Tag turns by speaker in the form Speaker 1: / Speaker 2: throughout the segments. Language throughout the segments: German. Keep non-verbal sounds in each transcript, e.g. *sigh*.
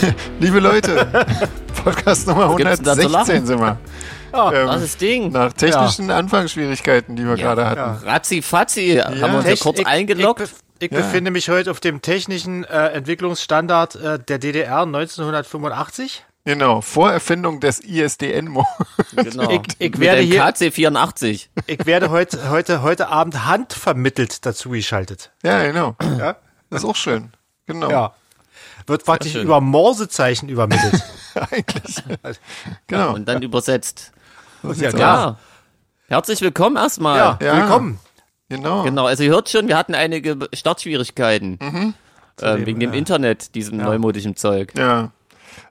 Speaker 1: *laughs* Liebe
Speaker 2: *laughs*
Speaker 1: Leute, Podcast Nummer
Speaker 2: gibt's denn da zu
Speaker 1: 116 sind wir. Ähm,
Speaker 2: Was ist Ding?
Speaker 1: nach technischen Anfangsschwierigkeiten, die wir gerade hatten.
Speaker 2: Ratzi Fatzi, haben wir uns ja
Speaker 3: Techn-
Speaker 2: kurz
Speaker 3: ich-
Speaker 2: eingeloggt.
Speaker 3: Ich, bef ich befinde mich heute auf dem technischen äh, Entwicklungsstandard äh, der DDR 1985.
Speaker 1: Genau, vor Erfindung des
Speaker 2: *laughs*
Speaker 1: ISDN-Mo.
Speaker 2: genau.
Speaker 3: Ich, ich,
Speaker 2: Mit
Speaker 3: werde
Speaker 2: dem
Speaker 3: hier,
Speaker 2: KC84.
Speaker 3: ich werde heute, *laughs* heute, heute Abend handvermittelt dazu geschaltet.
Speaker 1: ja, genau. Das ist auch schön. Genau.
Speaker 3: Ja. Wird praktisch
Speaker 2: Oh. schön.
Speaker 3: über Morsezeichen übermittelt.
Speaker 1: *laughs*
Speaker 2: *laughs*
Speaker 1: Eigentlich. genau.
Speaker 2: Und
Speaker 3: *laughs*
Speaker 2: dann übersetzt.
Speaker 3: ja,
Speaker 2: Ja. Herzlich willkommen erstmal.
Speaker 3: Ja,
Speaker 1: Ja.
Speaker 3: willkommen.
Speaker 1: Genau.
Speaker 2: Genau, also ihr hört schon, wir hatten einige Startschwierigkeiten. Ähm, wegen dem Internet, diesem neumodischen Zeug.
Speaker 1: Ja.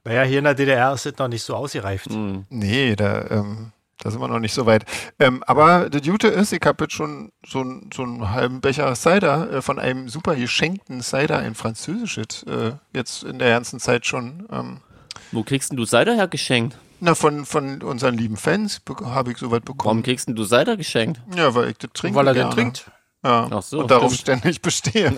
Speaker 3: Naja, hier in der DDR ist es noch nicht so ausgereift.
Speaker 2: Mhm.
Speaker 1: Nee, da, ähm, da sind wir noch nicht so weit. Ähm, aber das Gute ist, ich habe jetzt schon so, einen- so einen halben Becher Cider äh, von einem super geschenkten Cider, ein französisches, äh, jetzt in der ganzen Zeit schon. Ähm,
Speaker 2: Wo kriegst denn du Cider her geschenkt?
Speaker 1: na, von, von unseren lieben Fans be- habe ich soweit
Speaker 2: Warum
Speaker 1: bekommen.
Speaker 2: kriegst denn du Cider geschenkt?
Speaker 1: Ja, weil ich das trinke.
Speaker 3: Weil er
Speaker 1: gerne.
Speaker 3: den trinkt.
Speaker 1: Ja.
Speaker 2: Ach so,
Speaker 1: Und darauf
Speaker 2: stimmt.
Speaker 1: ständig
Speaker 3: *laughs*
Speaker 1: bestehe.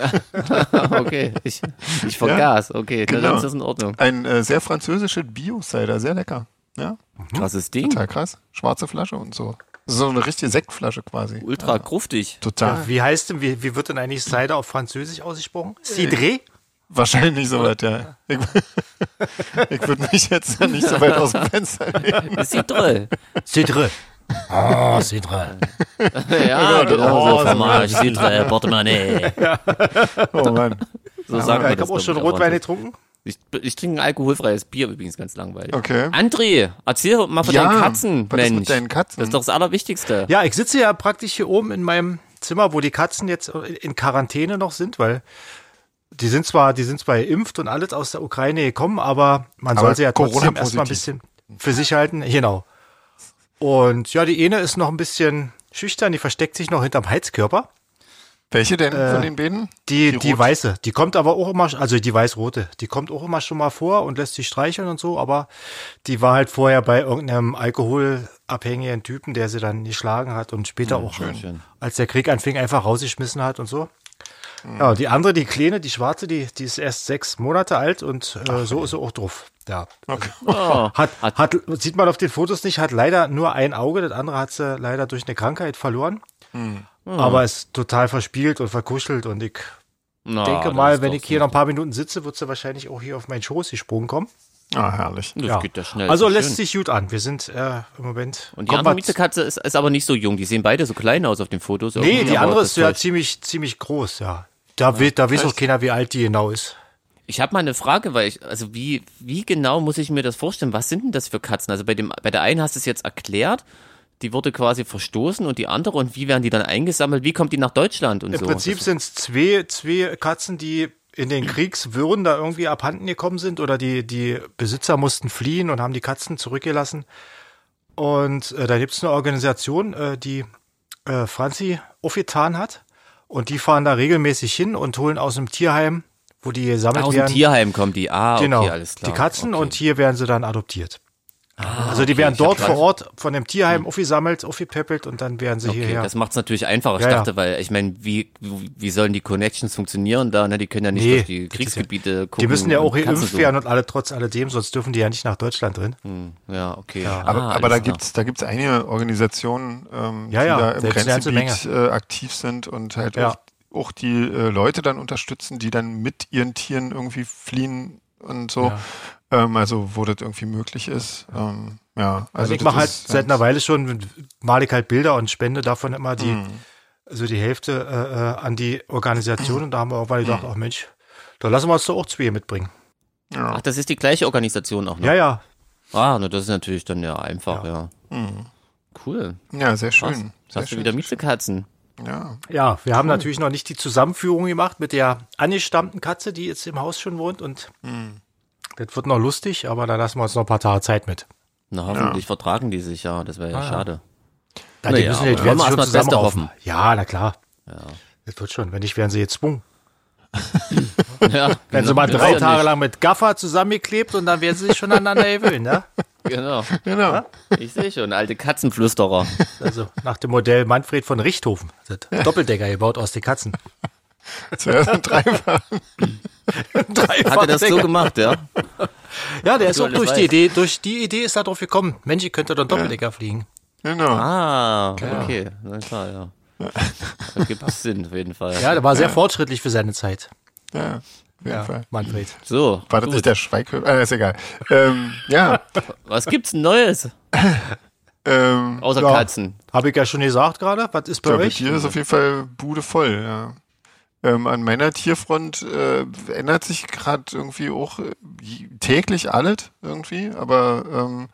Speaker 2: okay, ich, ich vergaß. Okay,
Speaker 1: Genau.
Speaker 2: dann ist das in Ordnung.
Speaker 1: Ein äh, sehr französisches Bio-Cider, sehr lecker. Ja,
Speaker 2: Krasses Ding.
Speaker 1: total krass. Schwarze Flasche und so. So eine richtige Sektflasche quasi.
Speaker 2: Ultra kruftig.
Speaker 1: Total.
Speaker 3: Wie heißt denn, wie, wie wird denn eigentlich Cider auf Französisch ausgesprochen? Cidre?
Speaker 1: Wahrscheinlich so weit, ja. Ich, *laughs* ich würde mich jetzt da nicht so weit aus dem Fenster lehnen.
Speaker 2: Ist sie toll. *laughs*
Speaker 3: Cidre.
Speaker 2: Ah,
Speaker 3: Oh, Cidre.
Speaker 2: Ja, genau.
Speaker 3: Oh,
Speaker 2: So
Speaker 3: so.
Speaker 2: Fromage, Citre, Portemonnaie.
Speaker 1: Oh Mann.
Speaker 2: So sagen
Speaker 3: Ja,
Speaker 2: wir
Speaker 3: ich
Speaker 2: das.
Speaker 3: habe auch
Speaker 2: glaub
Speaker 3: schon
Speaker 2: ich,
Speaker 3: Rotwein
Speaker 2: aber-
Speaker 3: getrunken.
Speaker 2: Ich, ich trinke ein alkoholfreies Bier übrigens, ganz langweilig.
Speaker 1: Okay.
Speaker 2: André, erzähl doch mal von
Speaker 1: Ja,
Speaker 2: deinen Katzen,
Speaker 1: was ist
Speaker 2: Mensch.
Speaker 1: mit deinen Katzen?
Speaker 2: Das ist doch das Allerwichtigste.
Speaker 3: Ja, ich sitze ja praktisch hier oben in meinem Zimmer, wo die Katzen jetzt in Quarantäne noch sind, weil die sind zwar, die sind zwar geimpft und alles aus der Ukraine gekommen, aber man
Speaker 1: Aber
Speaker 3: soll sie ja trotzdem
Speaker 1: Corona-positiv.
Speaker 3: erstmal ein bisschen für sich halten. Genau. Und ja, die eine ist noch ein bisschen schüchtern, die versteckt sich noch hinterm Heizkörper.
Speaker 1: Welche denn von den beiden?
Speaker 3: Äh, Die, die,
Speaker 1: rot-
Speaker 3: weiße, die kommt aber auch immer, also die weiß-rote, die kommt auch immer schon mal vor und lässt sich streicheln und so, aber die war halt vorher bei irgendeinem alkoholabhängigen Typen, der sie dann geschlagen hat und später
Speaker 1: Hm,
Speaker 3: auch,
Speaker 2: Oh,
Speaker 3: als der Krieg anfing, einfach rausgeschmissen hat und so. Ja, die andere, die Kleine, die Schwarze, die, die ist erst sechs Monate alt und äh, so ist sie auch drauf. Ja.
Speaker 2: Oh,
Speaker 3: Hat, hat, sieht man auf den Fotos nicht, hat leider nur ein Auge, das andere hat sie leider durch eine Krankheit verloren.
Speaker 2: Hm.
Speaker 3: Aber ist total verspielt und verkuschelt und ich
Speaker 2: na,
Speaker 3: denke
Speaker 2: Ah, das
Speaker 3: mal,
Speaker 2: ist
Speaker 3: wenn
Speaker 2: doch
Speaker 3: ich hier noch
Speaker 2: super.
Speaker 3: ein paar Minuten sitze, wird sie wahrscheinlich auch hier auf meinen Schoß gesprungen kommen.
Speaker 1: Ah, herrlich.
Speaker 2: Das geht ja schnell.
Speaker 3: also
Speaker 2: ist ja
Speaker 3: lässt
Speaker 2: schön.
Speaker 3: sich gut an. Wir sind äh, im Moment.
Speaker 2: Und die
Speaker 3: Kommt
Speaker 2: andere
Speaker 3: mal-
Speaker 2: Mietekatze ist, ist aber nicht so jung. Die sehen beide so klein aus auf den Fotos.
Speaker 3: Nee,
Speaker 2: irgendwie,
Speaker 3: die
Speaker 2: aber
Speaker 3: andere
Speaker 2: das
Speaker 3: ist ja
Speaker 2: täuscht.
Speaker 3: ziemlich, ziemlich groß, ja. Da, we- da weiß auch keiner, wie alt die genau ist.
Speaker 2: Ich habe mal eine Frage, weil ich, also wie, wie genau muss ich mir das vorstellen? Was sind denn das für Katzen? Also bei, dem, bei der einen hast du es jetzt erklärt, die wurde quasi verstoßen und die andere, und wie werden die dann eingesammelt? Wie kommt die nach Deutschland und
Speaker 3: Im
Speaker 2: so?
Speaker 3: Prinzip sind es zwei, zwei Katzen, die in den Kriegswirren da irgendwie abhanden gekommen sind oder die, die Besitzer mussten fliehen und haben die Katzen zurückgelassen. Und äh, da gibt es eine Organisation, äh, die äh, Franzi aufgetan hat. Und die fahren da regelmäßig hin und holen aus dem Tierheim, wo die gesammelt
Speaker 2: Ah, aus dem
Speaker 3: werden.
Speaker 2: Tierheim kommen die. Ah,
Speaker 3: genau,
Speaker 2: okay, alles klar.
Speaker 3: die Katzen
Speaker 2: okay. Ah,
Speaker 3: und hier werden sie dann adoptiert. also die werden
Speaker 2: ich hab
Speaker 3: dort vor
Speaker 2: grad- Hm.
Speaker 3: Ort von dem Tierheim aufgesammelt, aufgepäppelt und dann werden sie
Speaker 2: Okay,
Speaker 3: hierher.
Speaker 2: das macht's natürlich einfacher. Ich
Speaker 3: Ja, ja.
Speaker 2: dachte, weil ich meine, wie, wie sollen die Connections funktionieren da? Ne? Die können ja nicht
Speaker 3: Nee,
Speaker 2: durch die
Speaker 3: das ist
Speaker 2: Kriegsgebiete gucken.
Speaker 3: Die müssen ja
Speaker 2: und
Speaker 3: auch
Speaker 2: Katzen Hm,
Speaker 3: geimpft
Speaker 2: suchen.
Speaker 3: werden und alle trotz alledem, sonst dürfen die ja nicht nach Deutschland drin.
Speaker 2: Ja, okay.
Speaker 1: Aber, aber da
Speaker 2: Ah, alles klar.
Speaker 1: gibt's da gibt's einige Organisationen, ähm,
Speaker 3: Ja,
Speaker 1: die
Speaker 3: ja,
Speaker 1: da im
Speaker 3: selbst eine ganze
Speaker 1: Grenzgebiet äh, aktiv sind und halt
Speaker 3: Ja.
Speaker 1: auch, auch die äh, Leute dann unterstützen, die dann mit ihren Tieren irgendwie fliehen und so. Ähm, also wo das irgendwie möglich ist. Ähm, ja, also
Speaker 3: Also ich
Speaker 1: das
Speaker 3: mache halt
Speaker 1: ist-
Speaker 3: seit einer Weile schon, male ich halt Bilder und spende davon immer die,
Speaker 2: Hm.
Speaker 1: Mhm.
Speaker 3: also die Hälfte äh, äh, an die Organisation. Und da haben wir irgendwann
Speaker 2: Hm.
Speaker 3: gedacht, ach Mensch, da lassen wir uns doch auch zwei mitbringen. Ah,
Speaker 2: Ach, das ist die gleiche Organisation auch noch.
Speaker 3: Ja, ja.
Speaker 2: Ah, na, das ist natürlich dann ja einfach, ja. Cool.
Speaker 1: Ja, sehr
Speaker 2: Was?
Speaker 1: schön.
Speaker 2: Jetzt
Speaker 1: Mhm. Sehr
Speaker 2: hast du
Speaker 1: schön.
Speaker 2: wieder Mietekatzen.
Speaker 1: Ja.
Speaker 3: Ja, wir haben natürlich noch nicht die Zusammenführung gemacht mit der angestammten Katze, die jetzt im Haus schon wohnt. Und
Speaker 2: Hm.
Speaker 3: das wird noch lustig, aber da lassen wir uns noch ein paar Tage Zeit mit.
Speaker 2: Na, hoffentlich vertragen die sich, ja. Das wäre
Speaker 1: Ah,
Speaker 2: ja
Speaker 1: *laughs*
Speaker 2: schade.
Speaker 3: Da,
Speaker 2: Naja, aber
Speaker 3: jetzt-
Speaker 2: wollen
Speaker 3: werden
Speaker 2: wir
Speaker 3: sie
Speaker 2: erst mal das Beste
Speaker 3: zusammenraufen.
Speaker 2: hoffen.
Speaker 3: Ja, na klar. Das wird schon. Wenn nicht, werden sie gezwungen.
Speaker 2: Ja,
Speaker 3: Wenn sie
Speaker 2: genau,
Speaker 3: mal
Speaker 2: das
Speaker 3: drei
Speaker 2: ist ja
Speaker 3: Tage lang mit Gaffer zusammengeklebt und dann werden sie sich schon aneinander gewöhnen, ne?
Speaker 2: nicht- Genau.
Speaker 1: Genau.
Speaker 3: Ah.
Speaker 2: Ich sehe schon, alte
Speaker 3: *laughs*
Speaker 2: Katzenflüsterer.
Speaker 3: Also nach dem Modell Manfred von Richthofen. Das ist Doppeldecker gebaut aus
Speaker 2: *laughs*
Speaker 3: den Katzen. *laughs*
Speaker 1: Zuerst ein Dreifach.
Speaker 2: Hat er das so gemacht, ja?
Speaker 3: Ja, der ist auch durch die Idee, durch die Idee ist er drauf gekommen. Mensch, ich könnte dann Doppeldecker fliegen.
Speaker 1: Genau.
Speaker 2: Ah, okay. Na klar, ja.
Speaker 1: *laughs*
Speaker 2: Das gibt Sinn auf jeden Fall.
Speaker 3: Ja, der war sehr fortschrittlich für seine Zeit.
Speaker 1: Ja, auf jeden
Speaker 3: Ja,
Speaker 1: Fall.
Speaker 3: Manfred.
Speaker 2: So,
Speaker 1: War das
Speaker 2: gut.
Speaker 1: nicht der Schweighöfer? Ah, ist egal. Ähm,
Speaker 3: *laughs*
Speaker 1: ja,
Speaker 2: was gibt's denn Neues?
Speaker 1: ähm,
Speaker 2: Außer
Speaker 3: Ja.
Speaker 2: Katzen.
Speaker 3: Habe ich ja schon gesagt gerade. Was ist bei
Speaker 1: Ja, bei
Speaker 3: euch?
Speaker 1: dir ist auf jeden Fall Bude voll, ja. Ähm, an meiner Tierfront äh, ändert sich gerade irgendwie auch äh, j- täglich alles irgendwie, aber ähm,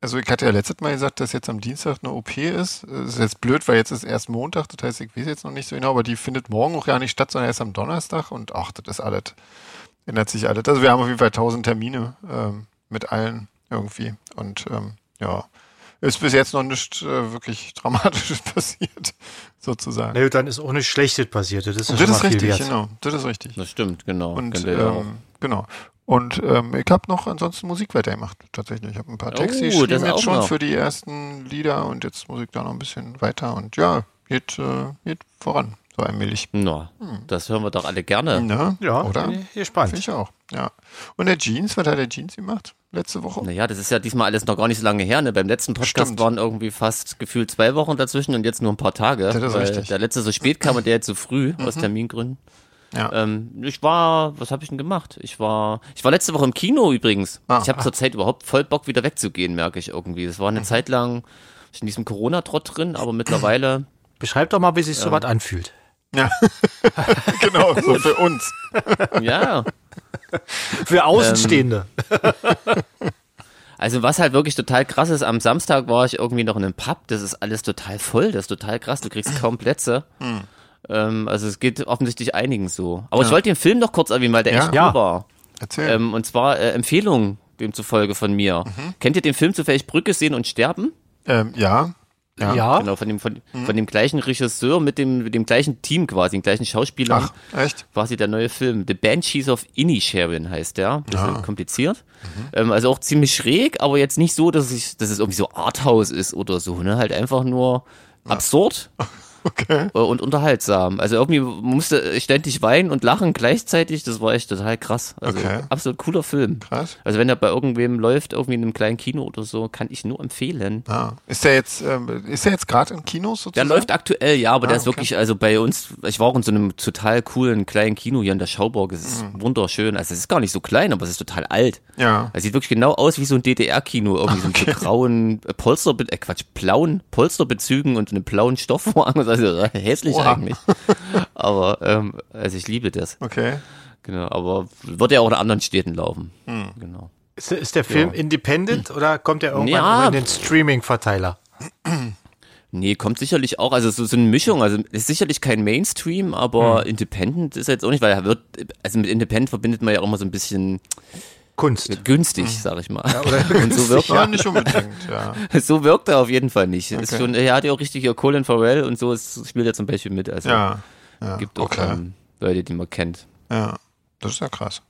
Speaker 1: also ich hatte ja letztes Mal gesagt, dass jetzt am Dienstag eine OP ist. Äh, ist jetzt blöd, weil jetzt ist erst Montag, das heißt, ich weiß jetzt noch nicht so genau, aber die findet morgen auch gar nicht statt, sondern erst am Donnerstag und ach, das ist alles, ändert sich alles. Also wir haben auf jeden Fall tausend Termine ähm, mit allen irgendwie und ähm, ja, ist bis jetzt noch nichts äh, wirklich *laughs* Dramatisches passiert, *laughs* sozusagen.
Speaker 3: Na gut, dann ist auch nichts Schlechtes passiert. Das ist, ja
Speaker 1: Und
Speaker 3: schon
Speaker 1: das
Speaker 3: mal
Speaker 1: ist richtig,
Speaker 3: viel wert.
Speaker 1: genau. Das ist richtig.
Speaker 2: Das stimmt, genau.
Speaker 1: Und
Speaker 2: Kennt ihr ja auch.
Speaker 1: ähm, genau. Und ähm, ich habe noch ansonsten Musik weitergemacht, tatsächlich. Ich habe ein paar Texte
Speaker 2: Oh,
Speaker 1: geschrieben
Speaker 2: das auch
Speaker 1: jetzt schon
Speaker 2: noch.
Speaker 1: für die ersten Lieder und jetzt muss ich da noch ein bisschen weiter und ja, geht, äh, geht voran, so allmählich.
Speaker 2: Na,
Speaker 1: hm.
Speaker 2: das hören wir doch alle gerne.
Speaker 1: Ne?
Speaker 3: Ja,
Speaker 1: Oder?
Speaker 3: bin ich
Speaker 1: Finde
Speaker 3: gespannt.
Speaker 1: ich auch. Ja. Und der Jeans, was hat der Jeans gemacht? Letzte Woche?
Speaker 2: Naja, das ist ja diesmal alles noch gar nicht so lange her. Ne? Beim letzten Podcast
Speaker 1: Stimmt.
Speaker 2: waren irgendwie fast gefühlt zwei Wochen dazwischen und jetzt nur ein paar Tage.
Speaker 1: Das ist
Speaker 2: weil
Speaker 1: richtig. Mhm.
Speaker 2: Der letzte so spät kam und der jetzt so früh aus Termingründen.
Speaker 1: Ja.
Speaker 2: Ähm, ich war, was habe ich denn gemacht? Ich war, ich war letzte Woche im Kino übrigens.
Speaker 1: Ah.
Speaker 2: ich habe zurzeit überhaupt voll Bock wieder wegzugehen, merke ich irgendwie. Das war eine Zeit lang war ich in diesem Corona-Trott drin, aber mittlerweile
Speaker 3: Beschreib doch mal, wie sich so was anfühlt.
Speaker 1: Ja. *laughs* genau, so für uns.
Speaker 2: ja.
Speaker 3: Für Außenstehende.
Speaker 2: Ähm, Also was halt wirklich total krass ist, am Samstag war ich irgendwie noch in einem Pub, das ist alles total voll, das ist total krass, du kriegst kaum Plätze. Ähm, also es geht offensichtlich einigen so. Aber ich wollte den Film noch kurz erwähnen, weil der
Speaker 1: Ja.
Speaker 2: echt cool
Speaker 3: Ja.
Speaker 2: war.
Speaker 1: Erzähl.
Speaker 2: Ähm, und zwar äh, Empfehlung demzufolge von mir. Kennt ihr den Film zufällig Brücke sehen und sterben?
Speaker 1: Ähm, ja. *laughs* Ja.
Speaker 3: ja.
Speaker 2: Genau, von dem, von,
Speaker 1: Mhm.
Speaker 2: von dem gleichen Regisseur mit dem, mit dem gleichen Team quasi, den gleichen Schauspielern
Speaker 1: Ach, echt?
Speaker 2: quasi der neue Film. The Banshees of Inisherin heißt der. Bisschen kompliziert.
Speaker 1: Mhm.
Speaker 2: Ähm, also auch ziemlich schräg, aber jetzt nicht so, dass, ich, dass es irgendwie so Arthouse ist oder so. Ne? Halt einfach nur absurd
Speaker 1: Okay.
Speaker 2: äh, und unterhaltsam. Also irgendwie musste ich ständig weinen und lachen gleichzeitig. Das war echt total krass. Also
Speaker 1: Okay.
Speaker 2: absolut cooler Film.
Speaker 1: Krass.
Speaker 2: Also wenn er bei irgendwem läuft, irgendwie in einem kleinen Kino oder so, kann ich nur empfehlen.
Speaker 1: Ah. Ist der jetzt, ähm, ist der jetzt gerade im Kino
Speaker 2: Der
Speaker 1: sozusagen?
Speaker 2: läuft aktuell, ja, aber der ist
Speaker 1: Ah, okay.
Speaker 2: wirklich, also bei uns, ich war auch in so einem total coolen kleinen Kino hier in der Schauburg, es ist wunderschön, also es ist gar nicht so klein, aber es ist total alt.
Speaker 1: Mhm. Ja.
Speaker 2: Es sieht wirklich genau aus wie so ein DDR-Kino, irgendwie so mit so grauen äh, Polster, äh, Quatsch, blauen Polsterbezügen und einem blauen Stoffvorhang, *laughs* also äh, hässlich
Speaker 1: Oha.
Speaker 2: eigentlich. Aber, ähm, also ich liebe das,
Speaker 1: Okay.
Speaker 2: genau, aber wird ja auch in anderen Städten laufen,
Speaker 1: Mhm.
Speaker 2: genau.
Speaker 3: Ist, ist der Film independent oder kommt er irgendwann
Speaker 2: Ja.
Speaker 3: auch in den Streaming-Verteiler?
Speaker 2: Nee, kommt sicherlich auch, also so, so eine Mischung, also ist sicherlich kein Mainstream,
Speaker 1: Hm.
Speaker 2: aber Independent ist jetzt auch nicht, weil er wird, also mit Independent verbindet man ja auch immer so ein bisschen
Speaker 3: Kunst.
Speaker 2: günstig,
Speaker 1: Hm.
Speaker 2: sag ich mal.
Speaker 3: oder
Speaker 2: *laughs* Und so wirkt,
Speaker 1: Ja, nicht unbedingt,
Speaker 2: *laughs*
Speaker 1: ja.
Speaker 2: so wirkt er auf jeden Fall nicht. Ist
Speaker 1: Okay.
Speaker 2: schon, er hat ja auch richtig hier Colin Farrell und so, ist, spielt er zum Beispiel mit, also
Speaker 1: Ja. ja.
Speaker 2: gibt auch
Speaker 1: okay.
Speaker 2: ähm, Leute, die man kennt.
Speaker 1: ja. Das ist ja krass.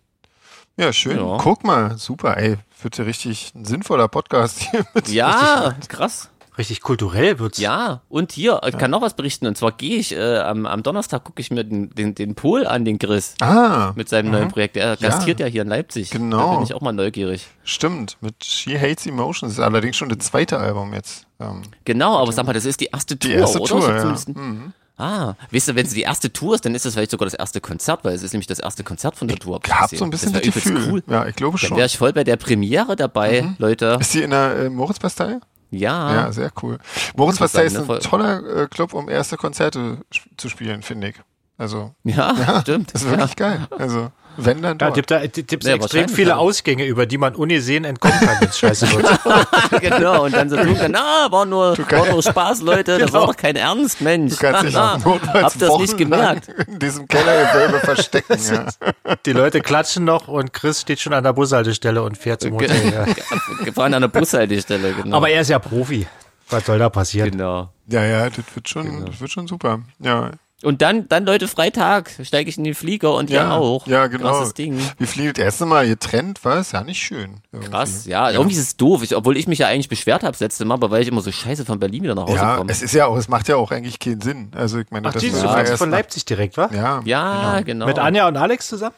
Speaker 1: Ja, schön.
Speaker 2: Ja.
Speaker 1: Guck mal, super, ey. Wird ja richtig ein sinnvoller Podcast hier *laughs* mit.
Speaker 2: Ja, krass.
Speaker 3: Richtig kulturell wird's.
Speaker 2: Ja, und hier, ich kann noch was berichten, und zwar gehe ich, äh, am, am Donnerstag gucke ich mir den, den, den Pol an, den Chris,
Speaker 1: Ah,
Speaker 2: mit seinem neuen Projekt. Er gastiert ja hier in Leipzig.
Speaker 1: Genau.
Speaker 2: Da bin ich auch mal neugierig.
Speaker 1: stimmt. Mit She Hates Emotions ist allerdings schon das zweite Album jetzt. Ähm,
Speaker 2: Genau, aber sag mal, das ist die erste Tour,
Speaker 1: die erste
Speaker 2: oder?
Speaker 1: Tour,
Speaker 2: So
Speaker 1: ja. Mhm.
Speaker 2: zumindest- Ah, weißt du, wenn es die erste Tour ist, dann ist das vielleicht sogar das erste Konzert, weil es ist nämlich das erste Konzert von der Tour. hab ich
Speaker 1: Gehabt
Speaker 2: gesehen.
Speaker 1: so ein bisschen
Speaker 2: das
Speaker 1: das,
Speaker 2: wär übelst
Speaker 1: Gefühl.
Speaker 2: cool.
Speaker 1: Ja, ich glaube
Speaker 2: Dann
Speaker 1: schon. Mhm.
Speaker 2: wäre ich voll bei der Premiere dabei, Leute.
Speaker 1: Ist die in der äh, Moritzbastei?
Speaker 2: Ja.
Speaker 1: Ja, sehr cool. Moritzbastei
Speaker 2: Interessant,
Speaker 1: ist
Speaker 2: Ah. ne?
Speaker 1: ein
Speaker 2: Voll-
Speaker 1: toller äh, Club, um erste Konzerte sp- zu spielen, finde ich. Also,
Speaker 2: Ja, stimmt.
Speaker 1: das ist wirklich geil. Also, wenn dann
Speaker 3: Ja,
Speaker 1: dort.
Speaker 3: gibt da gibt's
Speaker 2: Ja,
Speaker 3: extrem
Speaker 2: wahrscheinlich,
Speaker 3: viele
Speaker 2: ja.
Speaker 3: Ausgänge, über die man ungesehen entkommen kann, wenn's scheiße wird.
Speaker 2: *laughs* genau, und dann
Speaker 1: *laughs*
Speaker 2: so tun kann, na, war nur, war nur Spaß, Leute, das war doch kein Ernst, Mensch.
Speaker 1: Genau. Du kannst
Speaker 2: *laughs*
Speaker 1: dich
Speaker 2: Na,
Speaker 1: auch notfalls
Speaker 2: Ah, Habt ihr nicht
Speaker 1: wochenlang
Speaker 2: gemerkt?
Speaker 1: *laughs* in diesem Kellergewölbe verstecken.
Speaker 2: *laughs*
Speaker 1: ja.
Speaker 3: Die Leute klatschen noch und Chris steht schon an der Bushaltestelle und fährt zum Hotel. Ja.
Speaker 1: *laughs*
Speaker 2: Wir fahren an der Bushaltestelle, genau.
Speaker 3: Aber er ist ja Profi. Was soll da passieren?
Speaker 2: genau.
Speaker 1: ja, ja, das wird schon, das wird schon super. Ja,
Speaker 2: Und dann, dann Leute, Freitag steige ich in den Flieger und
Speaker 1: ja,
Speaker 2: ihr auch.
Speaker 1: Ja, genau.
Speaker 2: Krasses Ding.
Speaker 1: Wir fliegen das erste Mal getrennt, war es ja nicht schön. Irgendwie.
Speaker 2: Krass,
Speaker 3: Mhm.
Speaker 2: ja, irgendwie ist es doof, ich, obwohl ich mich ja eigentlich beschwert habe das letzte Mal, aber weil ich immer so scheiße von Berlin wieder nach Hause
Speaker 1: Ja,
Speaker 2: komme.
Speaker 1: es ist ja auch, es macht ja auch eigentlich keinen Sinn. Also ich meine,
Speaker 3: Ach,
Speaker 1: das
Speaker 3: die,
Speaker 1: war
Speaker 3: du fährst
Speaker 1: erst
Speaker 3: von
Speaker 1: nach-
Speaker 3: Leipzig direkt, wa?
Speaker 1: Ja,
Speaker 2: Ja, genau.
Speaker 3: Mit Anja und Alex zusammen?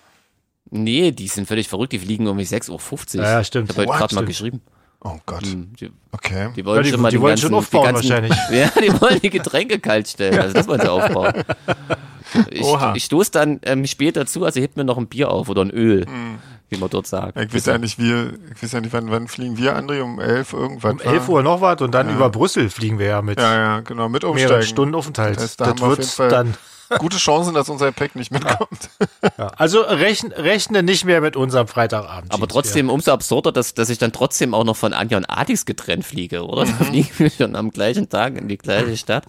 Speaker 2: Nee, die sind völlig verrückt, die fliegen um 6.50 Uhr.
Speaker 3: Ja, ja, stimmt.
Speaker 2: Ich habe heute
Speaker 1: What?
Speaker 2: gerade mal
Speaker 3: Stimmt.
Speaker 2: geschrieben.
Speaker 1: Oh Gott.
Speaker 2: Hm, Die,
Speaker 1: Okay.
Speaker 2: die wollen
Speaker 3: Ja, die-
Speaker 2: schon mal
Speaker 3: die
Speaker 2: die
Speaker 3: wollen
Speaker 2: ganzen,
Speaker 3: schon aufbauen
Speaker 2: die ganzen, *laughs* Ja, die wollen die Getränke kalt stellen. Also das wollen sie aufbauen.
Speaker 3: *laughs*
Speaker 2: Ich,
Speaker 1: Oha.
Speaker 2: ich stoße dann ähm, später zu, also hebt mir noch ein Bier auf oder ein Öl,
Speaker 3: Mhm.
Speaker 2: wie man dort sagt.
Speaker 1: Ich weiß ja nicht, wir, ich weiß ja nicht, wann, wann fliegen wir, André? Um 11 irgendwann.
Speaker 3: Um 11 Uhr noch was und dann über Brüssel fliegen wir ja mit
Speaker 1: Ja, ja, genau, mit
Speaker 3: mehreren
Speaker 1: umsteigen.
Speaker 2: um
Speaker 3: Stunden Aufenthalt.
Speaker 1: Das heißt, da
Speaker 3: das
Speaker 1: haben wir auf jeden
Speaker 3: wird
Speaker 1: Fall
Speaker 3: dann.
Speaker 2: *laughs*
Speaker 1: gute Chancen, dass unser Pack nicht mitkommt.
Speaker 3: Ja. Also rechn, rechne nicht mehr mit unserem Freitagabend.
Speaker 2: Aber trotzdem umso absurder, dass, dass ich dann trotzdem auch noch von Anja und Adis getrennt fliege, oder?
Speaker 1: Mhm.
Speaker 2: Da *laughs* fliegen wir schon am gleichen Tag in die gleiche Stadt.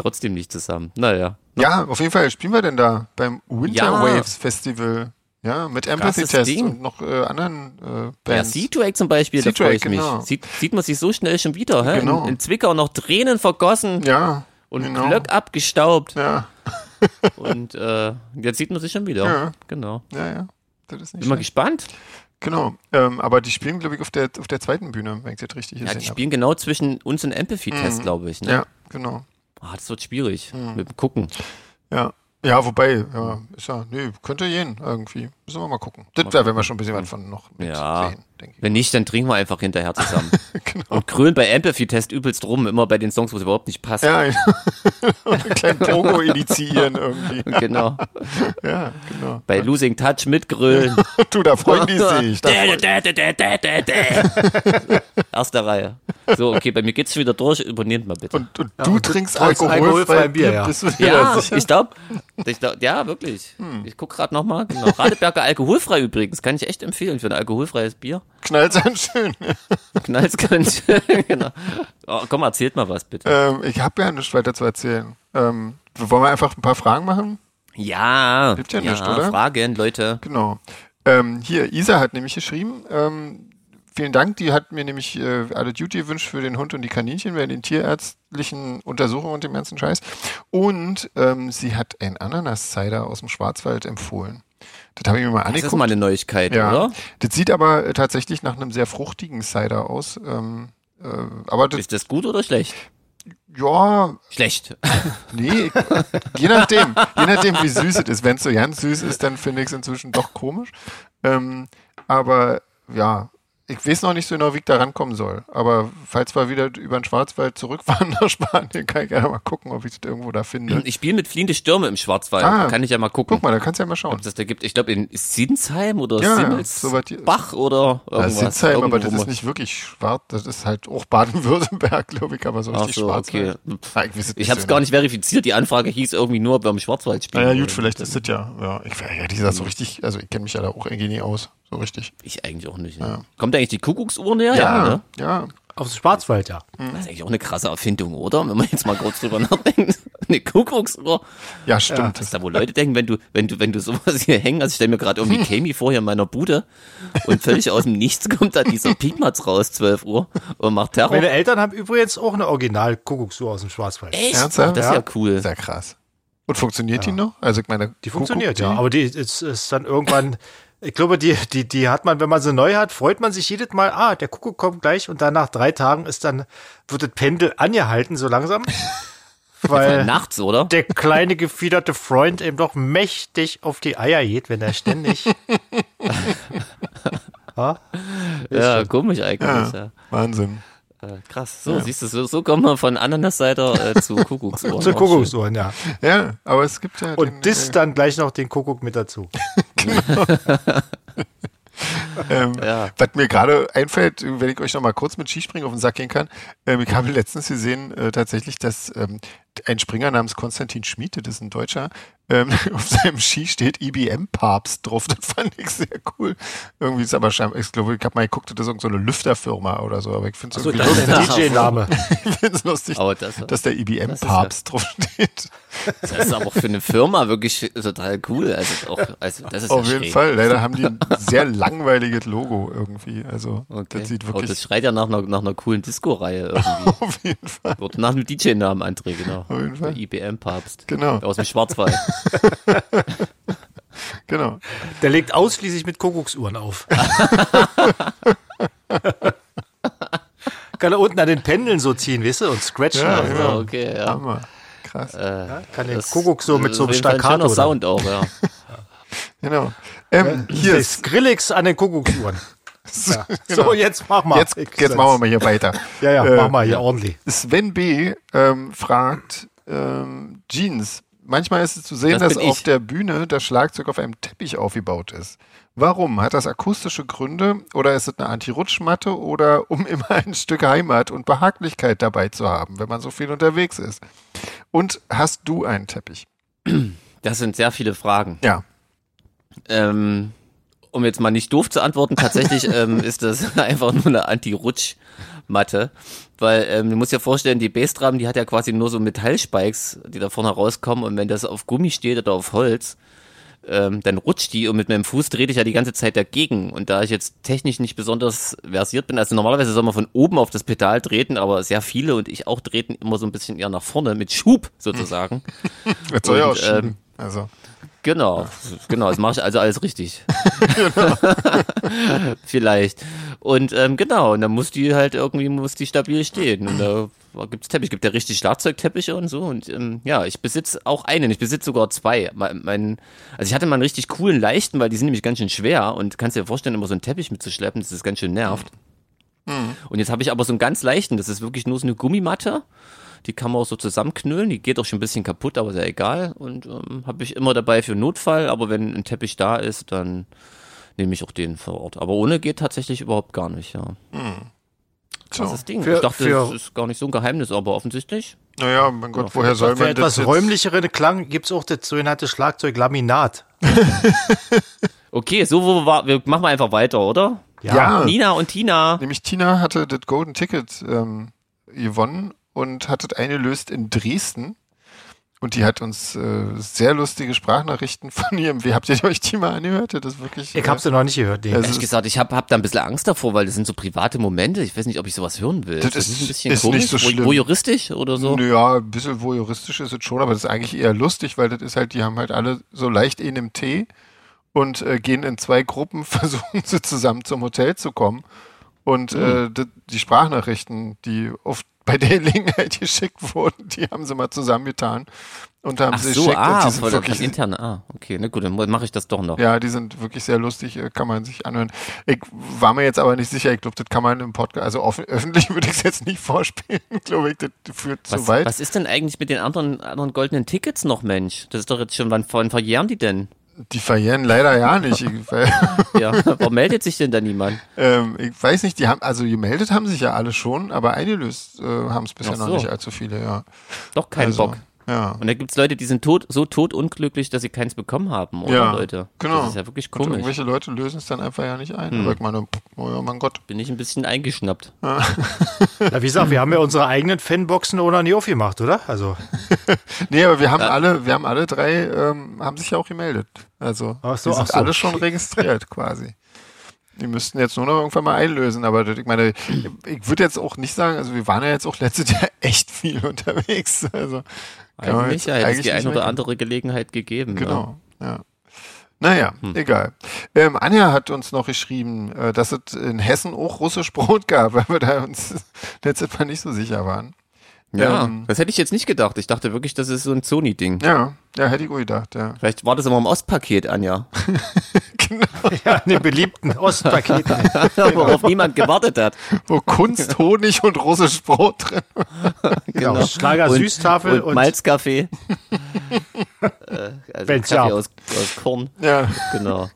Speaker 2: Trotzdem nicht zusammen. Naja.
Speaker 1: Ja, auf jeden Fall spielen wir denn da beim Winter
Speaker 2: Ja.
Speaker 1: Waves Festival. Ja, mit Empathy
Speaker 2: Krasses
Speaker 1: Test
Speaker 2: Ding.
Speaker 1: und noch äh, anderen äh,
Speaker 2: Ja,
Speaker 1: Bands.
Speaker 2: C2Egg zum Beispiel, da
Speaker 1: C2Egg,
Speaker 2: freue ich
Speaker 1: genau.
Speaker 2: mich. Sieht, sieht man sich so schnell schon wieder, hä?
Speaker 1: Genau.
Speaker 2: In, in Zwickau noch Tränen vergossen
Speaker 1: ja,
Speaker 2: und
Speaker 1: genau. *laughs*
Speaker 2: Glöck abgestaubt.
Speaker 1: Ja,
Speaker 2: Und äh, jetzt sieht man sich schon wieder.
Speaker 1: Ja.
Speaker 2: Genau.
Speaker 1: ja, ja. Das ist nicht
Speaker 2: Bin mal
Speaker 1: schlecht.
Speaker 2: gespannt.
Speaker 1: Genau. Ähm, aber die spielen, glaube ich, auf der, auf der zweiten Bühne, wenn ich das jetzt richtig
Speaker 2: Ja, die
Speaker 1: gesehen habe.
Speaker 2: spielen genau zwischen uns und Empathy-Test, glaube ich. Ne?
Speaker 1: Mhm. Ja, Mhm. genau.
Speaker 2: Ah, das wird schwierig mit dem Gucken.
Speaker 1: Ja. Ja, wobei, ja, ist ja, nee, könnte jeden irgendwie. Müssen wir mal gucken. Das, da werden wir schon ein bisschen was von noch mit
Speaker 2: Ja.
Speaker 1: sehen, denke
Speaker 2: Wenn nicht, dann trinken wir einfach hinterher zusammen.
Speaker 1: ich. *laughs* Genau.
Speaker 2: Und krölen bei Empathy-Test übelst rum, immer bei den Songs, wo es überhaupt nicht passt.
Speaker 1: Ja, und einen *laughs* kleinen Pogo initiieren irgendwie.
Speaker 2: *laughs* Genau.
Speaker 1: Ja, genau.
Speaker 2: Bei Losing Touch
Speaker 1: *laughs*
Speaker 2: mitgrölen.
Speaker 1: Du, da freuen
Speaker 2: *laughs*
Speaker 1: die sich. Da freuen-
Speaker 2: Erste Reihe. So, okay, bei mir geht's schon wieder durch. Übernehmt mal bitte.
Speaker 1: Und, und du
Speaker 3: und du
Speaker 1: trinkst
Speaker 3: trinkst
Speaker 1: alkoholfrei,
Speaker 3: alkoholfrei
Speaker 1: Bier,
Speaker 3: Bier, ja.
Speaker 1: bist du dir
Speaker 2: Ja,
Speaker 1: sicher? Hm.
Speaker 2: ich glaube, ich glaub, ja, wirklich. Ich guck gerade nochmal. Genau. Radeberger alkoholfrei übrigens. Kann ich echt empfehlen für ein alkoholfreies Bier.
Speaker 1: Knallt's dann schön. *laughs*
Speaker 2: Knalls ganz schön, *laughs* genau. Oh, komm, erzählt mal was bitte.
Speaker 1: Ähm, ich habe ja nichts weiter zu erzählen. Ähm, wollen wir einfach ein paar Fragen machen?
Speaker 2: Ja,
Speaker 1: Gibt ja nicht, oder?
Speaker 2: Fragen, Leute.
Speaker 1: Genau. Ähm, hier, Isa hat nämlich geschrieben, ähm, vielen Dank, die hat mir nämlich äh, alle Duty gewünscht für den Hund und die Kaninchen während den tierärztlichen Untersuchungen und dem ganzen Scheiß. Und ähm, sie hat einen Ananas-Cider aus dem Schwarzwald empfohlen. Das habe ich mir mal
Speaker 2: Das ist
Speaker 1: angeguckt.
Speaker 2: mal eine Neuigkeit,
Speaker 1: Ja.
Speaker 2: oder?
Speaker 1: Das sieht aber äh, tatsächlich nach einem sehr fruchtigen Cider aus. Ähm, äh, aber das,
Speaker 2: Ist das gut oder schlecht?
Speaker 1: ja,
Speaker 2: Schlecht. Ähm,
Speaker 1: Nee, ich- je nachdem, je nachdem, wie süß es ist. Wenn es so ganz süß ist, dann finde ich es inzwischen doch komisch. Ähm, aber ja, ich weiß noch nicht so genau, wie ich da rankommen soll. Aber falls wir wieder über den Schwarzwald zurückfahren nach Spanien, kann ich gerne mal gucken, ob ich das irgendwo da finde.
Speaker 2: Ich spiele mit fliehende Stürme im Schwarzwald.
Speaker 1: Ah.
Speaker 2: Kann ich ja mal gucken,
Speaker 1: Guck mal, da kannst du ja mal schauen.
Speaker 2: was das da gibt. Ich glaube in Sinsheim oder
Speaker 1: Ja, ja, sowas hier.
Speaker 2: Simmelsbach oder
Speaker 1: Da
Speaker 2: irgendwas.
Speaker 1: sitzt halt, aber
Speaker 2: Irgendwo
Speaker 1: das
Speaker 2: mal-
Speaker 1: ist nicht wirklich schwarz. Das ist halt auch Baden-Württemberg, glaube ich, aber so
Speaker 2: Ach
Speaker 1: richtig
Speaker 2: so,
Speaker 1: schwarz. halt.
Speaker 2: okay.
Speaker 1: Ich, weiß es
Speaker 2: Ich habe es
Speaker 1: so genau.
Speaker 2: gar nicht verifiziert. Die Anfrage hieß irgendwie nur, ob wir im Schwarzwald spielen.
Speaker 1: Naja, Ah gut,
Speaker 2: wollen.
Speaker 1: vielleicht ist das ja. Ja, ich ja, die
Speaker 2: Hm.
Speaker 1: so richtig, also ich kenne mich ja da auch irgendwie nie aus. So richtig.
Speaker 2: Ich eigentlich auch nicht. Ne? Kommt eigentlich die Kuckucksuhr näher? ne?
Speaker 1: ja.
Speaker 3: Aufs Schwarzwald, ja.
Speaker 1: Mhm.
Speaker 2: Das ist eigentlich auch eine krasse Erfindung, oder? Wenn man jetzt mal kurz drüber *laughs* nachdenkt. Eine Kuckucksuhr.
Speaker 1: Ja, stimmt.
Speaker 2: Dass da wohl Leute denken, wenn du, wenn du, wenn du sowas hier hängen, also ich stelle mir gerade
Speaker 1: *laughs*
Speaker 2: irgendwie Kami vor hier in meiner Bude und völlig aus dem Nichts kommt
Speaker 1: *laughs*
Speaker 2: da dieser Piekmatz raus, 12 Uhr, und macht Terror.
Speaker 3: Meine Eltern haben übrigens auch eine original kuckucksuhr aus dem Schwarzwald.
Speaker 2: Echt? Oh,
Speaker 1: Ernsthaft?
Speaker 2: Das ist ja cool.
Speaker 1: Sehr krass. Und funktioniert die noch? Also ich meine,
Speaker 3: Die funktioniert, ja. Aber die ist, ist dann irgendwann, ich glaube, die, die, die hat man, wenn man sie neu hat, freut man sich jedes Mal, ah, der Kuckuck kommt gleich und dann nach drei Tagen ist dann, wird das Pendel angehalten, so
Speaker 2: *laughs*
Speaker 3: langsam. Weil
Speaker 2: Nachts, oder?
Speaker 3: der kleine gefiederte Freund eben doch mächtig auf die Eier geht, wenn er *laughs* ständig. ja,
Speaker 2: ja, komisch eigentlich. Ja.
Speaker 1: Wahnsinn.
Speaker 2: Äh, krass. So, siehst du, so, so kommt man von Ananas-Seiter
Speaker 1: *laughs*
Speaker 2: äh, zu Kuckucksuhr.
Speaker 3: zu Kuckucksuhren, ja.
Speaker 1: Ja, aber es gibt ja.
Speaker 3: Und
Speaker 1: *laughs*
Speaker 3: das dann gleich noch den Kuckuck mit dazu.
Speaker 1: Genau.
Speaker 3: *laughs*
Speaker 1: ähm,
Speaker 2: Ja.
Speaker 1: Was mir gerade einfällt, wenn ich euch noch mal kurz mit Skispringen auf den Sack gehen kann, ähm, ich habe letztens gesehen äh, tatsächlich, dass ähm, ein Springer namens Konstantin Schmiede, das ist ein Deutscher, ähm, *laughs* auf seinem Ski steht IBM-Papst drauf. Das fand ich sehr cool. Irgendwie ist aber scheinbar, ich glaube, ich habe mal geguckt, das ist irgendeine so eine Lüfterfirma oder so, aber ich finde es irgendwie
Speaker 2: das ist
Speaker 1: lustig.
Speaker 2: ja-
Speaker 3: DJ-Name.
Speaker 1: *laughs* Ich finde es lustig,
Speaker 2: Aber das-
Speaker 1: dass der E
Speaker 2: das ist ja-
Speaker 1: IBM-Papst draufsteht.
Speaker 2: Das ist aber auch für eine Firma wirklich total cool. Also, auch, also das ist
Speaker 1: Auf
Speaker 2: ja
Speaker 1: jeden
Speaker 2: schräg.
Speaker 1: Fall. Leider haben die ein sehr langweiliges Logo irgendwie. Also
Speaker 2: Okay.
Speaker 1: das sieht *laughs*
Speaker 2: oh, das
Speaker 1: wirklich
Speaker 2: schreit ja nach einer, nach einer coolen Disco-Reihe irgendwie.
Speaker 1: auf jeden Fall.
Speaker 2: Oder nach einem DJ-Namen André, genau.
Speaker 1: Auf jeden Fall.
Speaker 2: Der IBM-Papst.
Speaker 1: Genau.
Speaker 2: Aus dem Schwarzwald.
Speaker 1: Genau.
Speaker 3: Der legt ausschließlich mit Kuckucksuhren *laughs* auf. kann er unten an den Pendeln so ziehen, weißt du, und
Speaker 1: *laughs*
Speaker 3: scratchen.
Speaker 1: Ja,
Speaker 3: also.
Speaker 1: ja.
Speaker 2: Ja, okay, ja.
Speaker 1: Hammer. Krass.
Speaker 3: Kann den Kuckuck so mit
Speaker 2: Das
Speaker 3: so einem
Speaker 2: ist auf jeden Fall ein
Speaker 3: Staccato.
Speaker 2: schöner
Speaker 3: oder-
Speaker 2: Sound auch, ja.
Speaker 1: Genau. Ähm, hier
Speaker 3: ist Skrillex an
Speaker 1: *laughs*
Speaker 3: den Kuckucksuhren. Ja. So, jetzt mach mal.
Speaker 1: Genau. Jetzt, jetzt machen wir mal hier weiter.
Speaker 3: *laughs* Ja, ja,
Speaker 1: Äh,
Speaker 3: mach mal hier ordentlich.
Speaker 1: Sven B. Ähm, fragt ähm, Jeans. Manchmal ist es zu sehen, dass
Speaker 2: Das bin
Speaker 1: auf
Speaker 2: ich.
Speaker 1: der Bühne das Schlagzeug auf einem Teppich aufgebaut ist. Warum? Hat das akustische Gründe oder ist es eine Anti-Rutschmatte oder um *laughs* immer ein Stück Heimat und Behaglichkeit dabei zu haben, wenn man so viel unterwegs ist? Und hast du einen Teppich?
Speaker 2: Das sind sehr viele Fragen.
Speaker 1: Ja.
Speaker 2: Ähm, um jetzt mal nicht doof zu antworten, tatsächlich ähm, ist das *laughs* einfach nur eine Anti-Rutsch-Matte. Weil ähm, du musst dir vorstellen, die Bassdrum, die hat ja quasi nur so Metallspikes, die da vorne rauskommen. Und wenn das auf Gummi steht oder auf Holz, ähm, dann rutscht die und mit meinem Fuß trete ich ja die ganze Zeit dagegen. Und da ich jetzt technisch nicht besonders versiert bin, also normalerweise soll man von oben auf das Pedal treten, aber sehr viele und ich auch treten immer so ein bisschen eher nach vorne mit Schub sozusagen.
Speaker 1: Jetzt soll ja
Speaker 2: Und,
Speaker 1: auch schieben.
Speaker 2: ähm,
Speaker 1: also,
Speaker 2: Genau, genau, das mache ich also alles richtig. *laughs* Vielleicht. Und ähm, genau, und dann muss die halt irgendwie, muss die stabil stehen. Und da gibt's Teppich, gibt ja richtig Schlagzeugteppiche und so. Und ähm, ja, ich besitze auch einen, ich besitze sogar zwei. Mein, mein, also ich hatte mal einen richtig coolen leichten, weil die sind nämlich ganz schön schwer und kannst dir vorstellen, immer so einen Teppich mitzuschleppen, das ist ganz schön nervt. Und jetzt habe ich aber so einen ganz leichten, das ist wirklich nur so eine Gummimatte. Die kann man auch so zusammenknüllen, die geht auch schon ein bisschen kaputt, aber ist ja egal. Und ähm, habe ich immer dabei für Notfall, aber wenn ein Teppich da ist, dann nehme ich auch den vor Ort. Aber ohne geht tatsächlich überhaupt gar nicht, ja.
Speaker 1: so.
Speaker 2: Das Ding.
Speaker 3: Für-
Speaker 2: ich dachte,
Speaker 3: für-
Speaker 2: das ist gar nicht so ein Geheimnis, aber offensichtlich.
Speaker 1: Naja, mein Gott, woher soll
Speaker 3: Für
Speaker 1: man das
Speaker 3: Genau. etwas
Speaker 1: jetzt-
Speaker 3: räumlicheren Klang gibt es auch das sogenannte Schlagzeuglaminat.
Speaker 2: Okay, so wo war, wir machen wir einfach weiter, oder?
Speaker 1: Ja,
Speaker 2: Nina und Tina.
Speaker 1: Nämlich Tina hatte das Golden Ticket ähm, gewonnen und hat das eingelöst in Dresden. Und die hat uns äh, sehr lustige Sprachnachrichten *laughs* von ihrem. Wie habt ihr euch die mal angehört? Das ist wirklich.
Speaker 3: Ich hab's ja noch nicht gehört. Nee.
Speaker 1: Also-
Speaker 2: Ehrlich gesagt, ich habe hab da ein bisschen Angst davor, weil das sind so private Momente. Ich weiß nicht, ob ich sowas hören will.
Speaker 1: Das ist- ist nicht so
Speaker 2: Voy-
Speaker 1: schlimm.
Speaker 2: voyeuristisch oder so.
Speaker 1: Naja, ein bisschen voyeuristisch ist es schon, aber das ist eigentlich eher lustig, weil das ist halt, die haben halt alle so leicht in dem Tee und äh, gehen in zwei Gruppen, *laughs* versuchen sie zusammen zum Hotel zu kommen. Und
Speaker 2: Hm.
Speaker 1: äh, die, die Sprachnachrichten, die oft *laughs* bei der Gelegenheit geschickt wurden, die haben sie mal zusammengetan und haben
Speaker 2: Ach
Speaker 1: sie
Speaker 2: so,
Speaker 1: geschickt. und
Speaker 2: ah,
Speaker 1: die sind
Speaker 2: voll, das
Speaker 1: wirklich,
Speaker 2: interne, ah, okay, na gut, dann mache ich das doch noch.
Speaker 1: ja, die sind wirklich sehr lustig, äh, kann man sich anhören. Ich war mir jetzt aber nicht sicher, ich glaube, das kann man im Podcast, also offen, *laughs* öffentlich würde ich es jetzt nicht vorspielen, *laughs* glaube ich, das führt
Speaker 2: Was,
Speaker 1: zu weit.
Speaker 2: was ist denn eigentlich mit den anderen, anderen goldenen Tickets noch, Mensch? Das ist doch jetzt schon, wann, wann verjähren die denn?
Speaker 1: Die verjähren leider ja nicht. Ich,
Speaker 2: *laughs*
Speaker 1: weil,
Speaker 2: Ja,
Speaker 1: *laughs*
Speaker 2: warum meldet sich denn da niemand?
Speaker 1: ähm, ich weiß nicht, die haben, also gemeldet haben sich ja alle schon, aber eingelöst äh, haben es bisher
Speaker 2: Ach
Speaker 1: noch
Speaker 2: so.
Speaker 1: nicht allzu viele, ja.
Speaker 2: Doch kein
Speaker 1: also,
Speaker 2: Bock.
Speaker 1: Ja.
Speaker 2: Und da gibt's Leute, die sind tot, so totunglücklich, dass sie keins bekommen haben, oder
Speaker 1: Ja,
Speaker 2: Leute?
Speaker 1: genau.
Speaker 2: Das ist ja wirklich
Speaker 1: Und
Speaker 2: komisch. Hm.
Speaker 1: irgendwelche Leute lösen es dann einfach ja nicht ein. Aber ich meine, pff, oh ja, mein Gott.
Speaker 2: Bin ich ein bisschen eingeschnappt.
Speaker 3: Na, wie gesagt, wir haben ja unsere eigenen Fanboxen oder nie aufgemacht, oder? Also,
Speaker 1: Nee, aber wir
Speaker 2: Äh.
Speaker 1: haben alle, wir haben alle drei, ähm, haben sich ja auch gemeldet. Also
Speaker 3: Ach so,
Speaker 1: die sind
Speaker 3: ach so.
Speaker 1: alle
Speaker 3: *laughs*
Speaker 1: schon registriert quasi. Die müssten jetzt nur noch irgendwann mal einlösen, aber das- ich meine, ich würde jetzt auch nicht sagen, also wir waren ja jetzt auch letztes Jahr *laughs* echt viel unterwegs. Also kann man jetzt
Speaker 2: Eigentlich, ja, hätte es die
Speaker 1: nicht
Speaker 2: ein oder
Speaker 1: meckern.
Speaker 2: andere Gelegenheit gegeben. Ja.
Speaker 1: Genau, ja. Naja,
Speaker 2: Hm.
Speaker 1: egal. Ähm, Anja hat uns noch geschrieben, äh, dass es in Hessen auch russisch Brot gab, *laughs* weil wir da uns letztes Mal nicht so sicher waren.
Speaker 2: Ja,
Speaker 1: Ähm,
Speaker 2: das hätte ich jetzt nicht gedacht. Ich dachte wirklich, das ist so ein Sony-Ding.
Speaker 1: ja, ja, hätte ich auch gedacht, ja. *laughs* Genau.
Speaker 2: Vielleicht war das aber im Ostpaket, Anja.
Speaker 3: *laughs*
Speaker 2: *laughs*
Speaker 3: ja, in den beliebten *laughs* Ostpaketen.
Speaker 2: Worauf niemand gewartet hat.
Speaker 1: Wo *laughs* Kunst, Honig und russisch Brot drin.
Speaker 3: Genau.
Speaker 2: Genau.
Speaker 3: Schlager
Speaker 2: Und-
Speaker 3: Süßtafel
Speaker 2: und,
Speaker 1: *laughs*
Speaker 3: und,
Speaker 2: Malzkaffee. äh, also
Speaker 3: Wenn's
Speaker 2: Kaffee
Speaker 3: ja.
Speaker 2: aus, aus Korn,
Speaker 1: Ja,
Speaker 2: *laughs* genau.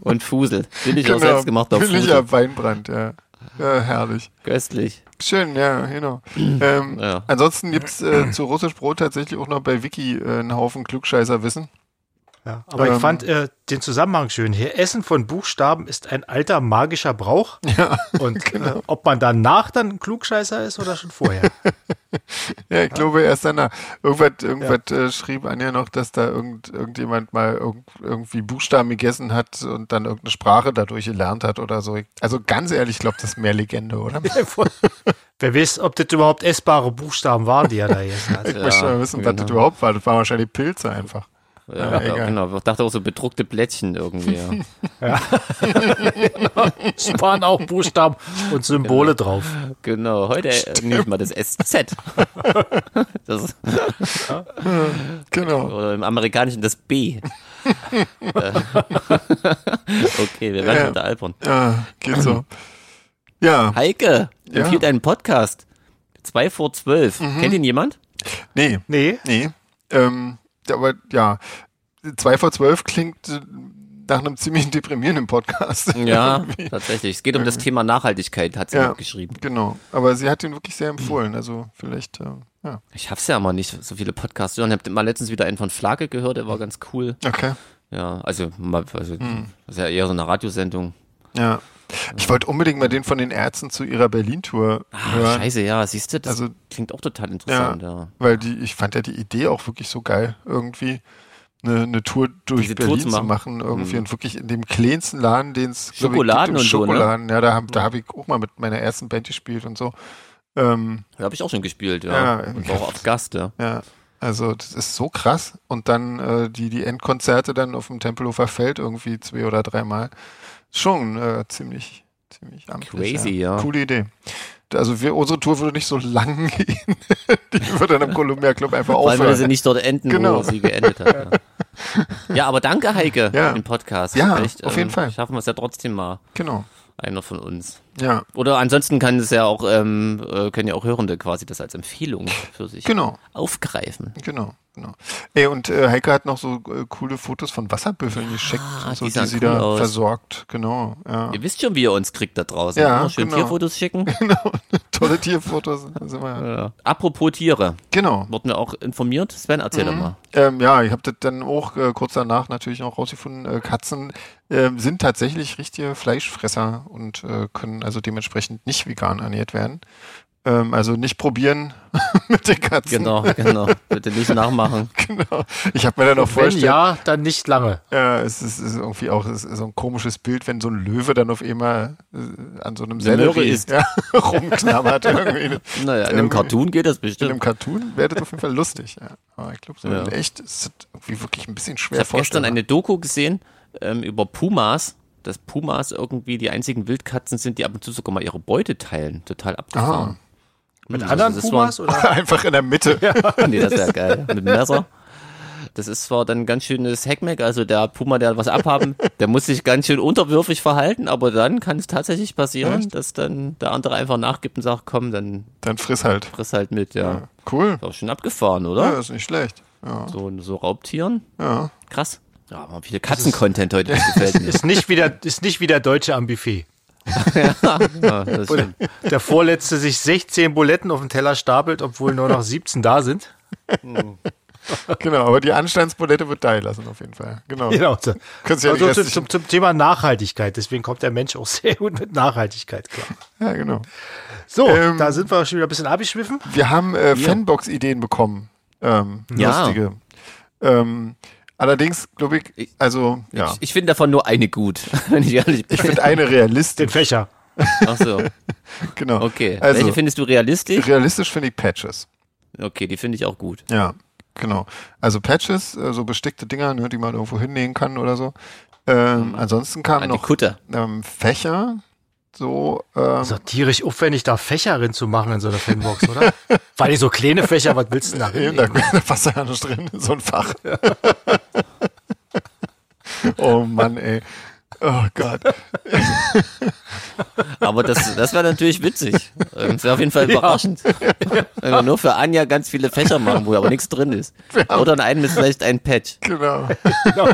Speaker 2: Und Fusel. Billiger
Speaker 1: genau.
Speaker 2: selbstgemachter Fusel.
Speaker 1: Billiger Weinbrand, ja. ja. Herrlich.
Speaker 2: Köstlich.
Speaker 1: Schön, ja, genau. Ähm,
Speaker 2: Ja.
Speaker 1: Ansonsten gibt's äh, zu russisch Brot tatsächlich auch noch bei Wiki äh, einen Haufen Klugscheißerwissen.
Speaker 3: ja, aber
Speaker 1: Ähm.
Speaker 3: ich fand äh, den Zusammenhang schön. Hier, Essen von Buchstaben ist ein alter magischer Brauch. Ja, und äh, ob man danach dann ein Klugscheißer ist oder schon *laughs* vorher.
Speaker 1: Ja, ich glaube erst danach. Irgendwas, irgendwas äh, schrieb Anja noch, dass da irgend, irgendjemand mal irgend, irgendwie Buchstaben gegessen hat und dann irgendeine Sprache dadurch gelernt hat oder so. Ich- Also ganz ehrlich, ich glaube, das ist mehr Legende, *laughs* oder?
Speaker 3: Wer weiß, ob das überhaupt essbare Buchstaben waren, die er da gegessen hat. *laughs*
Speaker 1: Ich möchte mal wissen, was das überhaupt war. Das waren wahrscheinlich Pilze einfach.
Speaker 2: Ja,
Speaker 1: egal.
Speaker 2: genau. Ich dachte auch so bedruckte Blättchen irgendwie. *laughs* Ja.
Speaker 3: Es waren auch Buchstaben und Symbole drauf.
Speaker 2: Genau, heute Stimmt. nehme ich mal das *laughs* SZ. das,
Speaker 1: ja. Genau.
Speaker 2: Oder im Amerikanischen das *laughs* B. Äh, okay, wir werden ja. unter Alpern.
Speaker 1: Ja, geht so. Ja.
Speaker 2: Heike, ja. empfiehlt einen Podcast. Zwei vor zwölf. Mhm. Kennt ihn jemand?
Speaker 1: Nee.
Speaker 3: Nee.
Speaker 1: Nee. Ähm, aber ja, zwei vor zwölf klingt äh, nach einem ziemlich *laughs* deprimierenden Podcast.
Speaker 2: *laughs* Ja, irgendwie. tatsächlich. Es geht um das Thema Nachhaltigkeit, hat sie ja, geschrieben.
Speaker 1: Genau. Aber sie hat ihn wirklich sehr empfohlen. Also vielleicht, äh, ja.
Speaker 2: Ich hab's ja mal nicht, so viele Podcasts. Ich habe mal letztens wieder einen von Flake gehört, der war ganz cool.
Speaker 1: Okay.
Speaker 2: Ja, also, also hm. das ist ja eher so eine Radiosendung.
Speaker 1: Ja. Ich wollte unbedingt mal den von den Ärzten zu ihrer Berlin-Tour
Speaker 2: Ah,
Speaker 1: hören.
Speaker 2: Scheiße, ja, siehst du, das also, klingt auch total interessant, ja, ja.
Speaker 1: Weil die, ich fand ja die Idee auch wirklich so geil, irgendwie eine, eine Tour durch Diese Berlin Tour zu machen, machen irgendwie mhm. und wirklich in dem kleinsten Laden, den es
Speaker 2: Schokoladen
Speaker 1: gibt,
Speaker 2: und
Speaker 1: Schokoladen,
Speaker 2: so, ne?
Speaker 1: ja, da habe da hab ich auch mal mit meiner ersten Band gespielt und so. Ähm,
Speaker 2: da habe ich auch schon gespielt, ja. ja und auch auf Gast, ja.
Speaker 1: ja. Also das ist so krass. Und dann äh, die, die Endkonzerte dann auf dem Tempelhofer Feld irgendwie zwei oder dreimal. Schon äh, ziemlich, ziemlich amtlich,
Speaker 2: Crazy, ja. ja.
Speaker 1: Coole Idee. Also wir, unsere Tour würde nicht so lang *laughs* gehen. die würde dann im Columbia Club einfach aufhören.
Speaker 2: Weil wir sie nicht dort enden, genau. wo sie geendet hat. Ja. *laughs* Ja, aber danke, Heike, ja. für den Podcast.
Speaker 1: Ja, Vielleicht, auf jeden ähm, Fall.
Speaker 2: Schaffen wir es ja trotzdem mal.
Speaker 1: Genau.
Speaker 2: Einer von uns.
Speaker 1: Ja.
Speaker 2: Oder ansonsten kann es ja auch, ähm, können ja auch Hörende quasi das als Empfehlung für sich
Speaker 1: genau.
Speaker 2: aufgreifen.
Speaker 1: Genau, genau. Ey, und äh, Heike hat noch so äh, coole Fotos von Wasserbüffeln geschickt, ah, so, die, die sie cool da aus. versorgt. Genau. Ja.
Speaker 2: Ihr wisst schon, wie ihr uns kriegt da draußen.
Speaker 1: Ja,
Speaker 2: oh, schön
Speaker 1: genau.
Speaker 2: Tierfotos *laughs* schicken.
Speaker 1: Genau, *laughs* tolle Tierfotos. Sind wir ja.
Speaker 2: Ja. Apropos Tiere.
Speaker 1: Genau.
Speaker 2: Wurden wir auch informiert? Sven, erzähl mhm. doch mal.
Speaker 1: Ähm, ja, ich habe das dann auch äh, kurz danach natürlich auch rausgefunden. äh, Katzen ähm, sind tatsächlich richtige Fleischfresser und können also dementsprechend nicht vegan ernährt werden. Ähm, also nicht probieren *laughs* mit den Katzen.
Speaker 2: Genau, *laughs* genau. Bitte nicht nachmachen.
Speaker 1: genau. Ich habe mir dann auch vorgestellt.
Speaker 3: Wenn ja, dann nicht lange.
Speaker 1: Ja, es ist, es ist irgendwie auch ist so ein komisches Bild, wenn so ein Löwe dann auf einmal äh, an so einem Sellerie
Speaker 2: ist.
Speaker 1: Ja, *laughs* rumknabbert. irgendwie.
Speaker 2: Naja, in einem Cartoon geht das *laughs* bestimmt.
Speaker 1: In einem Cartoon wäre das auf jeden Fall lustig. Ja. Aber ich glaube, so ja. in echt ist das irgendwie wirklich ein bisschen schwer
Speaker 2: Ich habe gestern eine Doku gesehen ähm, über Pumas dass Pumas irgendwie die einzigen Wildkatzen sind, die ab und zu sogar mal ihre Beute teilen. Total
Speaker 1: Ah,
Speaker 2: abgefahren. Aha.
Speaker 3: Mit also anderen Pumas
Speaker 1: *laughs*
Speaker 3: oder?
Speaker 1: Einfach in der Mitte.
Speaker 2: Ja. nee, das ist ja geil. Mit Messer. Das ist zwar dann ganz schönes Hackmeck, also der Puma, der was abhaben, der muss sich ganz schön unterwürfig verhalten, aber dann kann es tatsächlich passieren, Echt? dass dann der andere einfach nachgibt und sagt, komm, dann.
Speaker 1: Dann friss halt.
Speaker 2: Friss halt mit, ja. ja
Speaker 1: cool.
Speaker 2: Ist auch schon abgefahren, oder?
Speaker 1: Ja, ist nicht schlecht. Ja.
Speaker 2: So, so Raubtieren.
Speaker 1: Ja.
Speaker 2: Krass. Ja, aber viele Katzen-Content heute, das *laughs*
Speaker 3: gefällt mir. Ist nicht wieder, ist nicht wieder Deutsche am Buffet. ja, ja, das stimmt. Der Vorletzte sich 16 Buletten auf den Teller stapelt, obwohl nur noch 17 da sind.
Speaker 1: Hm. genau, aber die Anstandsbulette wird da lassen auf jeden Fall. Genau.
Speaker 3: genau. So. Ja also zum, zum, zum, Thema Nachhaltigkeit, deswegen kommt der Mensch auch sehr gut mit Nachhaltigkeit klar.
Speaker 1: Ja, genau.
Speaker 3: So, ähm, da sind wir schon wieder ein bisschen abgeschwiffen.
Speaker 1: Wir haben äh, ja. Fanbox-Ideen bekommen. Ähm, ja. Lustige. Ähm, Allerdings, glaube ich, also ja.
Speaker 2: Ich, ich finde davon nur eine gut, *laughs* wenn ich ehrlich bin.
Speaker 1: Ich finde eine realistisch. *laughs*
Speaker 3: Den Fächer.
Speaker 2: Ach so.
Speaker 1: genau.
Speaker 2: Okay. Also, Welche findest du realistisch?
Speaker 1: Realistisch finde ich Patches.
Speaker 2: Okay, die finde ich auch gut.
Speaker 1: Ja, genau. Also Patches, so also bestickte Dinger, ne, die man irgendwo hinlegen kann oder so. Ähm, mhm. Ansonsten kamen An noch ähm, Fächer. So, ähm, *laughs*
Speaker 3: so tierisch aufwendig, da Fächer drin zu machen in so einer Fanbox, oder? Vor allem so kleine Fächer, was willst du da
Speaker 1: rein? Da, *laughs* da passt ja nicht drin, so ein Fach. *laughs* oh Mann, ey. Oh *laughs* Gott.
Speaker 2: Aber das, das wäre natürlich witzig. Das wäre auf jeden Fall überraschend. Ja. Wenn wir nur für Anja ganz viele Fächer machen, wo aber nichts drin ist. Oder in einem ist vielleicht ein Patch.
Speaker 1: Genau. genau.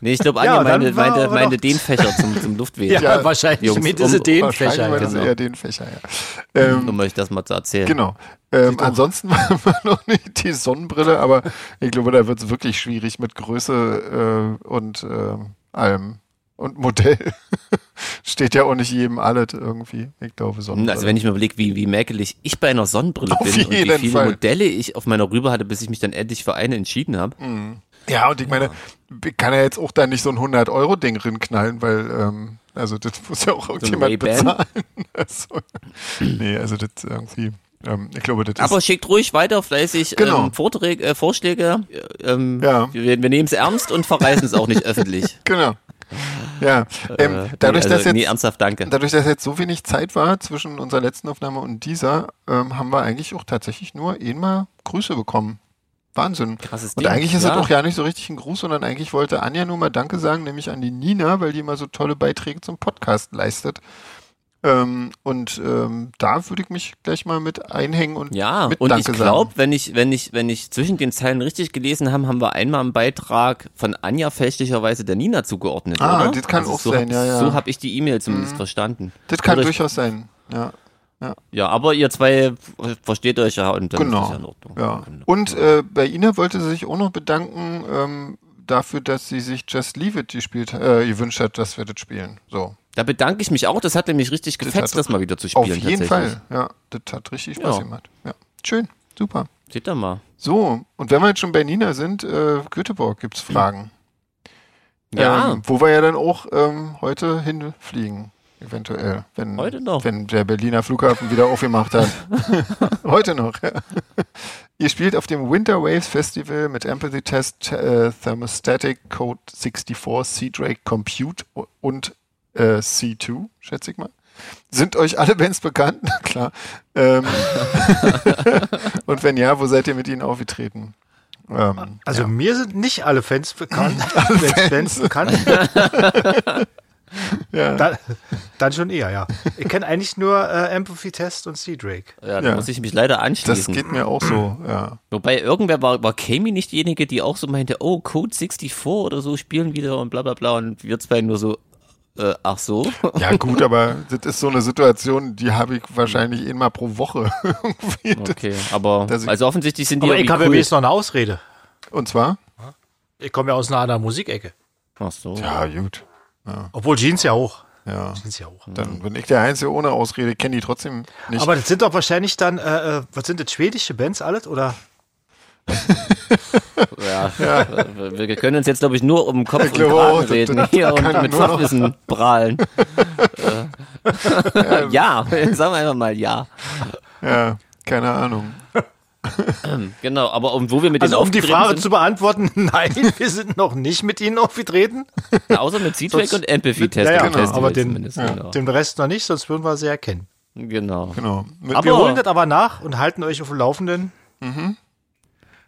Speaker 2: Nee, ich glaube, Anja ja, meinte, meinte, meinte den Fächer zum, zum Luftwesen.
Speaker 3: Ja, ja wahrscheinlich Jungs, mit diese um,
Speaker 1: Dehnfächer. Wahrscheinlich genau. eher Dehnfächer, ja.
Speaker 2: Ähm, um euch das mal zu erzählen.
Speaker 1: Genau. Ähm, ansonsten *laughs* war noch nicht die Sonnenbrille, aber ich glaube, da wird es wirklich schwierig mit Größe äh, und äh, allem. Und Modell *laughs* steht ja auch nicht jedem alles irgendwie. Ich glaube, Sonnenbrille.
Speaker 2: Also wenn ich mir überlege, wie, wie mäkelig ich bei einer Sonnenbrille auf bin und wie viele Fall. Modelle ich auf meiner Rübe hatte, bis ich mich dann endlich für eine entschieden habe.
Speaker 1: Mhm. Ja, und ich meine, kann er ja jetzt auch da nicht so ein 100-Euro-Ding rinknallen, weil, ähm, also das muss ja auch irgendjemand so bezahlen. *laughs* also, nee, also das irgendwie. Ähm, ich glaube, das ist
Speaker 2: Aber schickt ruhig weiter fleißig
Speaker 1: genau.
Speaker 2: ähm, Vorträge, äh, Vorschläge. Ähm,
Speaker 1: ja.
Speaker 2: Wir, wir nehmen es ernst und verreißen es auch nicht öffentlich.
Speaker 1: Genau. *laughs* Ja, ähm, dadurch,
Speaker 2: also,
Speaker 1: dass jetzt,
Speaker 2: nee, ernsthaft, danke.
Speaker 1: dadurch, dass jetzt so wenig Zeit war zwischen unserer letzten Aufnahme und dieser, ähm, haben wir eigentlich auch tatsächlich nur einmal Grüße bekommen. Wahnsinn.
Speaker 2: Krasses
Speaker 1: Und
Speaker 2: Ding,
Speaker 1: eigentlich ist
Speaker 2: ja.
Speaker 1: das auch ja nicht so richtig ein Gruß, sondern eigentlich wollte Anja nur mal Danke sagen, nämlich an die Nina, weil die immer so tolle Beiträge zum Podcast leistet. Ähm, und ähm, da würde ich mich gleich mal mit einhängen und
Speaker 2: Ja,
Speaker 1: mit
Speaker 2: und
Speaker 1: Danke
Speaker 2: ich
Speaker 1: sagen.
Speaker 2: glaube, wenn ich, wenn ich, wenn ich zwischen den Zeilen richtig gelesen habe, haben wir einmal einen Beitrag von Anja fälschlicherweise der Nina zugeordnet,
Speaker 1: Ah,
Speaker 2: oder? Also
Speaker 1: das kann auch
Speaker 2: so
Speaker 1: sein,
Speaker 2: hab,
Speaker 1: ja, ja. Hm.
Speaker 2: So habe ich die E-Mail zumindest verstanden.
Speaker 1: Das kann
Speaker 2: Oder ich-
Speaker 1: durchaus sein. Ja.
Speaker 2: Ja, aber ihr zwei versteht euch ja und dann ist das
Speaker 1: Genau.
Speaker 2: ja in Ordnung.
Speaker 1: Ja.
Speaker 2: Genau.
Speaker 1: Und äh, bei Ina wollte sie sich auch noch bedanken ähm, dafür, dass sie sich Just Leave It gespielt, äh, gewünscht hat, dass wir das spielen. So.
Speaker 2: Da bedanke ich mich auch, das hat nämlich richtig gefetzt,
Speaker 1: hat-
Speaker 2: das mal wieder zu spielen.
Speaker 1: Auf jeden
Speaker 2: tatsächlich.
Speaker 1: Fall. Ja, das hat richtig Spaß
Speaker 2: Ja.
Speaker 1: gemacht. Ja. Schön. Super.
Speaker 2: Seht ihr mal.
Speaker 1: So, und wenn wir jetzt schon bei Nina sind, äh, Göteborg gibt's Fragen.
Speaker 2: Ja.
Speaker 1: Ähm, wo wir ja dann auch ähm, heute hinfliegen, eventuell. Wenn,
Speaker 2: Heute noch.
Speaker 1: *laughs* Wenn der Berliner Flughafen wieder aufgemacht *laughs* hat. heute noch, ja. Ihr spielt auf dem Winter Waves Festival mit Empathy Test, äh, Thermostatic Code 64, C-Drake Compute und äh, C2, schätze ich mal. Sind euch alle Bands bekannt? *laughs* Na klar. Ähm, *laughs* und wenn ja, wo seid ihr mit ihnen aufgetreten? Ähm,
Speaker 3: Also mir sind nicht alle Fans bekannt. *laughs* alle Fans. bekannt. *laughs* Da, dann schon eher, ja. Ich kenne eigentlich nur äh, Empathy Test und Sea Drake.
Speaker 2: Ja, da
Speaker 1: Ja.
Speaker 2: muss ich mich leider
Speaker 1: das
Speaker 2: anschließen.
Speaker 1: geht mir auch so, ja.
Speaker 2: Wobei irgendwer war, war Kami nicht diejenige, die auch so meinte, oh, Code 64 oder so spielen wieder und bla bla bla und wir zwei nur so, äh, ach so. *laughs*
Speaker 1: Ja, *laughs* gut, aber das ist so eine Situation, die habe ich wahrscheinlich eh mal pro Woche. *laughs* Irgendwie.
Speaker 2: Okay, aber
Speaker 1: Das-
Speaker 2: also offensichtlich sind die
Speaker 3: Aber ich
Speaker 2: irgendwie
Speaker 3: habe ja
Speaker 2: cool.
Speaker 3: wenigstens noch eine Ausrede.
Speaker 1: Und zwar?
Speaker 3: Ich komme ja aus einer anderen Musikecke.
Speaker 2: Ach so.
Speaker 1: Ja, gut.
Speaker 3: Obwohl Jeans ja auch.
Speaker 1: Ja.
Speaker 3: Jeans ja auch.
Speaker 1: Dann bin ich der Einzige ohne Ausrede, kenne die trotzdem nicht.
Speaker 3: Aber das sind doch wahrscheinlich dann, äh, äh, was sind das, schwedische Bands alles? Oder?
Speaker 2: Ja. Wir wir können uns jetzt, glaube ich, nur um Kopf und
Speaker 1: glaube auch,
Speaker 2: Kragen
Speaker 1: das-
Speaker 2: reden
Speaker 1: das
Speaker 2: hier
Speaker 1: kann
Speaker 2: und mit
Speaker 1: nur noch-
Speaker 2: Fachwissen prahlen.
Speaker 3: *laughs*
Speaker 2: Äh, ja, sagen wir einfach mal ja.
Speaker 1: ja, keine Ahnung.
Speaker 2: Genau, aber um, wo wir mit
Speaker 3: Also
Speaker 2: denen
Speaker 3: um die
Speaker 2: aufgetreten
Speaker 3: Frage
Speaker 2: sind,
Speaker 3: zu beantworten, *laughs* nein, wir sind noch nicht mit ihnen aufgetreten.
Speaker 2: genau, außer mit Seedwake
Speaker 3: Sonst-
Speaker 2: und Empathy Test.
Speaker 3: Ja, ja,
Speaker 2: und
Speaker 1: genau,
Speaker 2: Festival
Speaker 3: aber den-
Speaker 2: zumindest, genau.
Speaker 3: Den Rest noch nicht, sonst würden wir sie erkennen.
Speaker 2: genau.
Speaker 1: Genau. Mit mir-
Speaker 2: Aber-
Speaker 3: Wir holen das aber nach und halten euch auf dem Laufenden.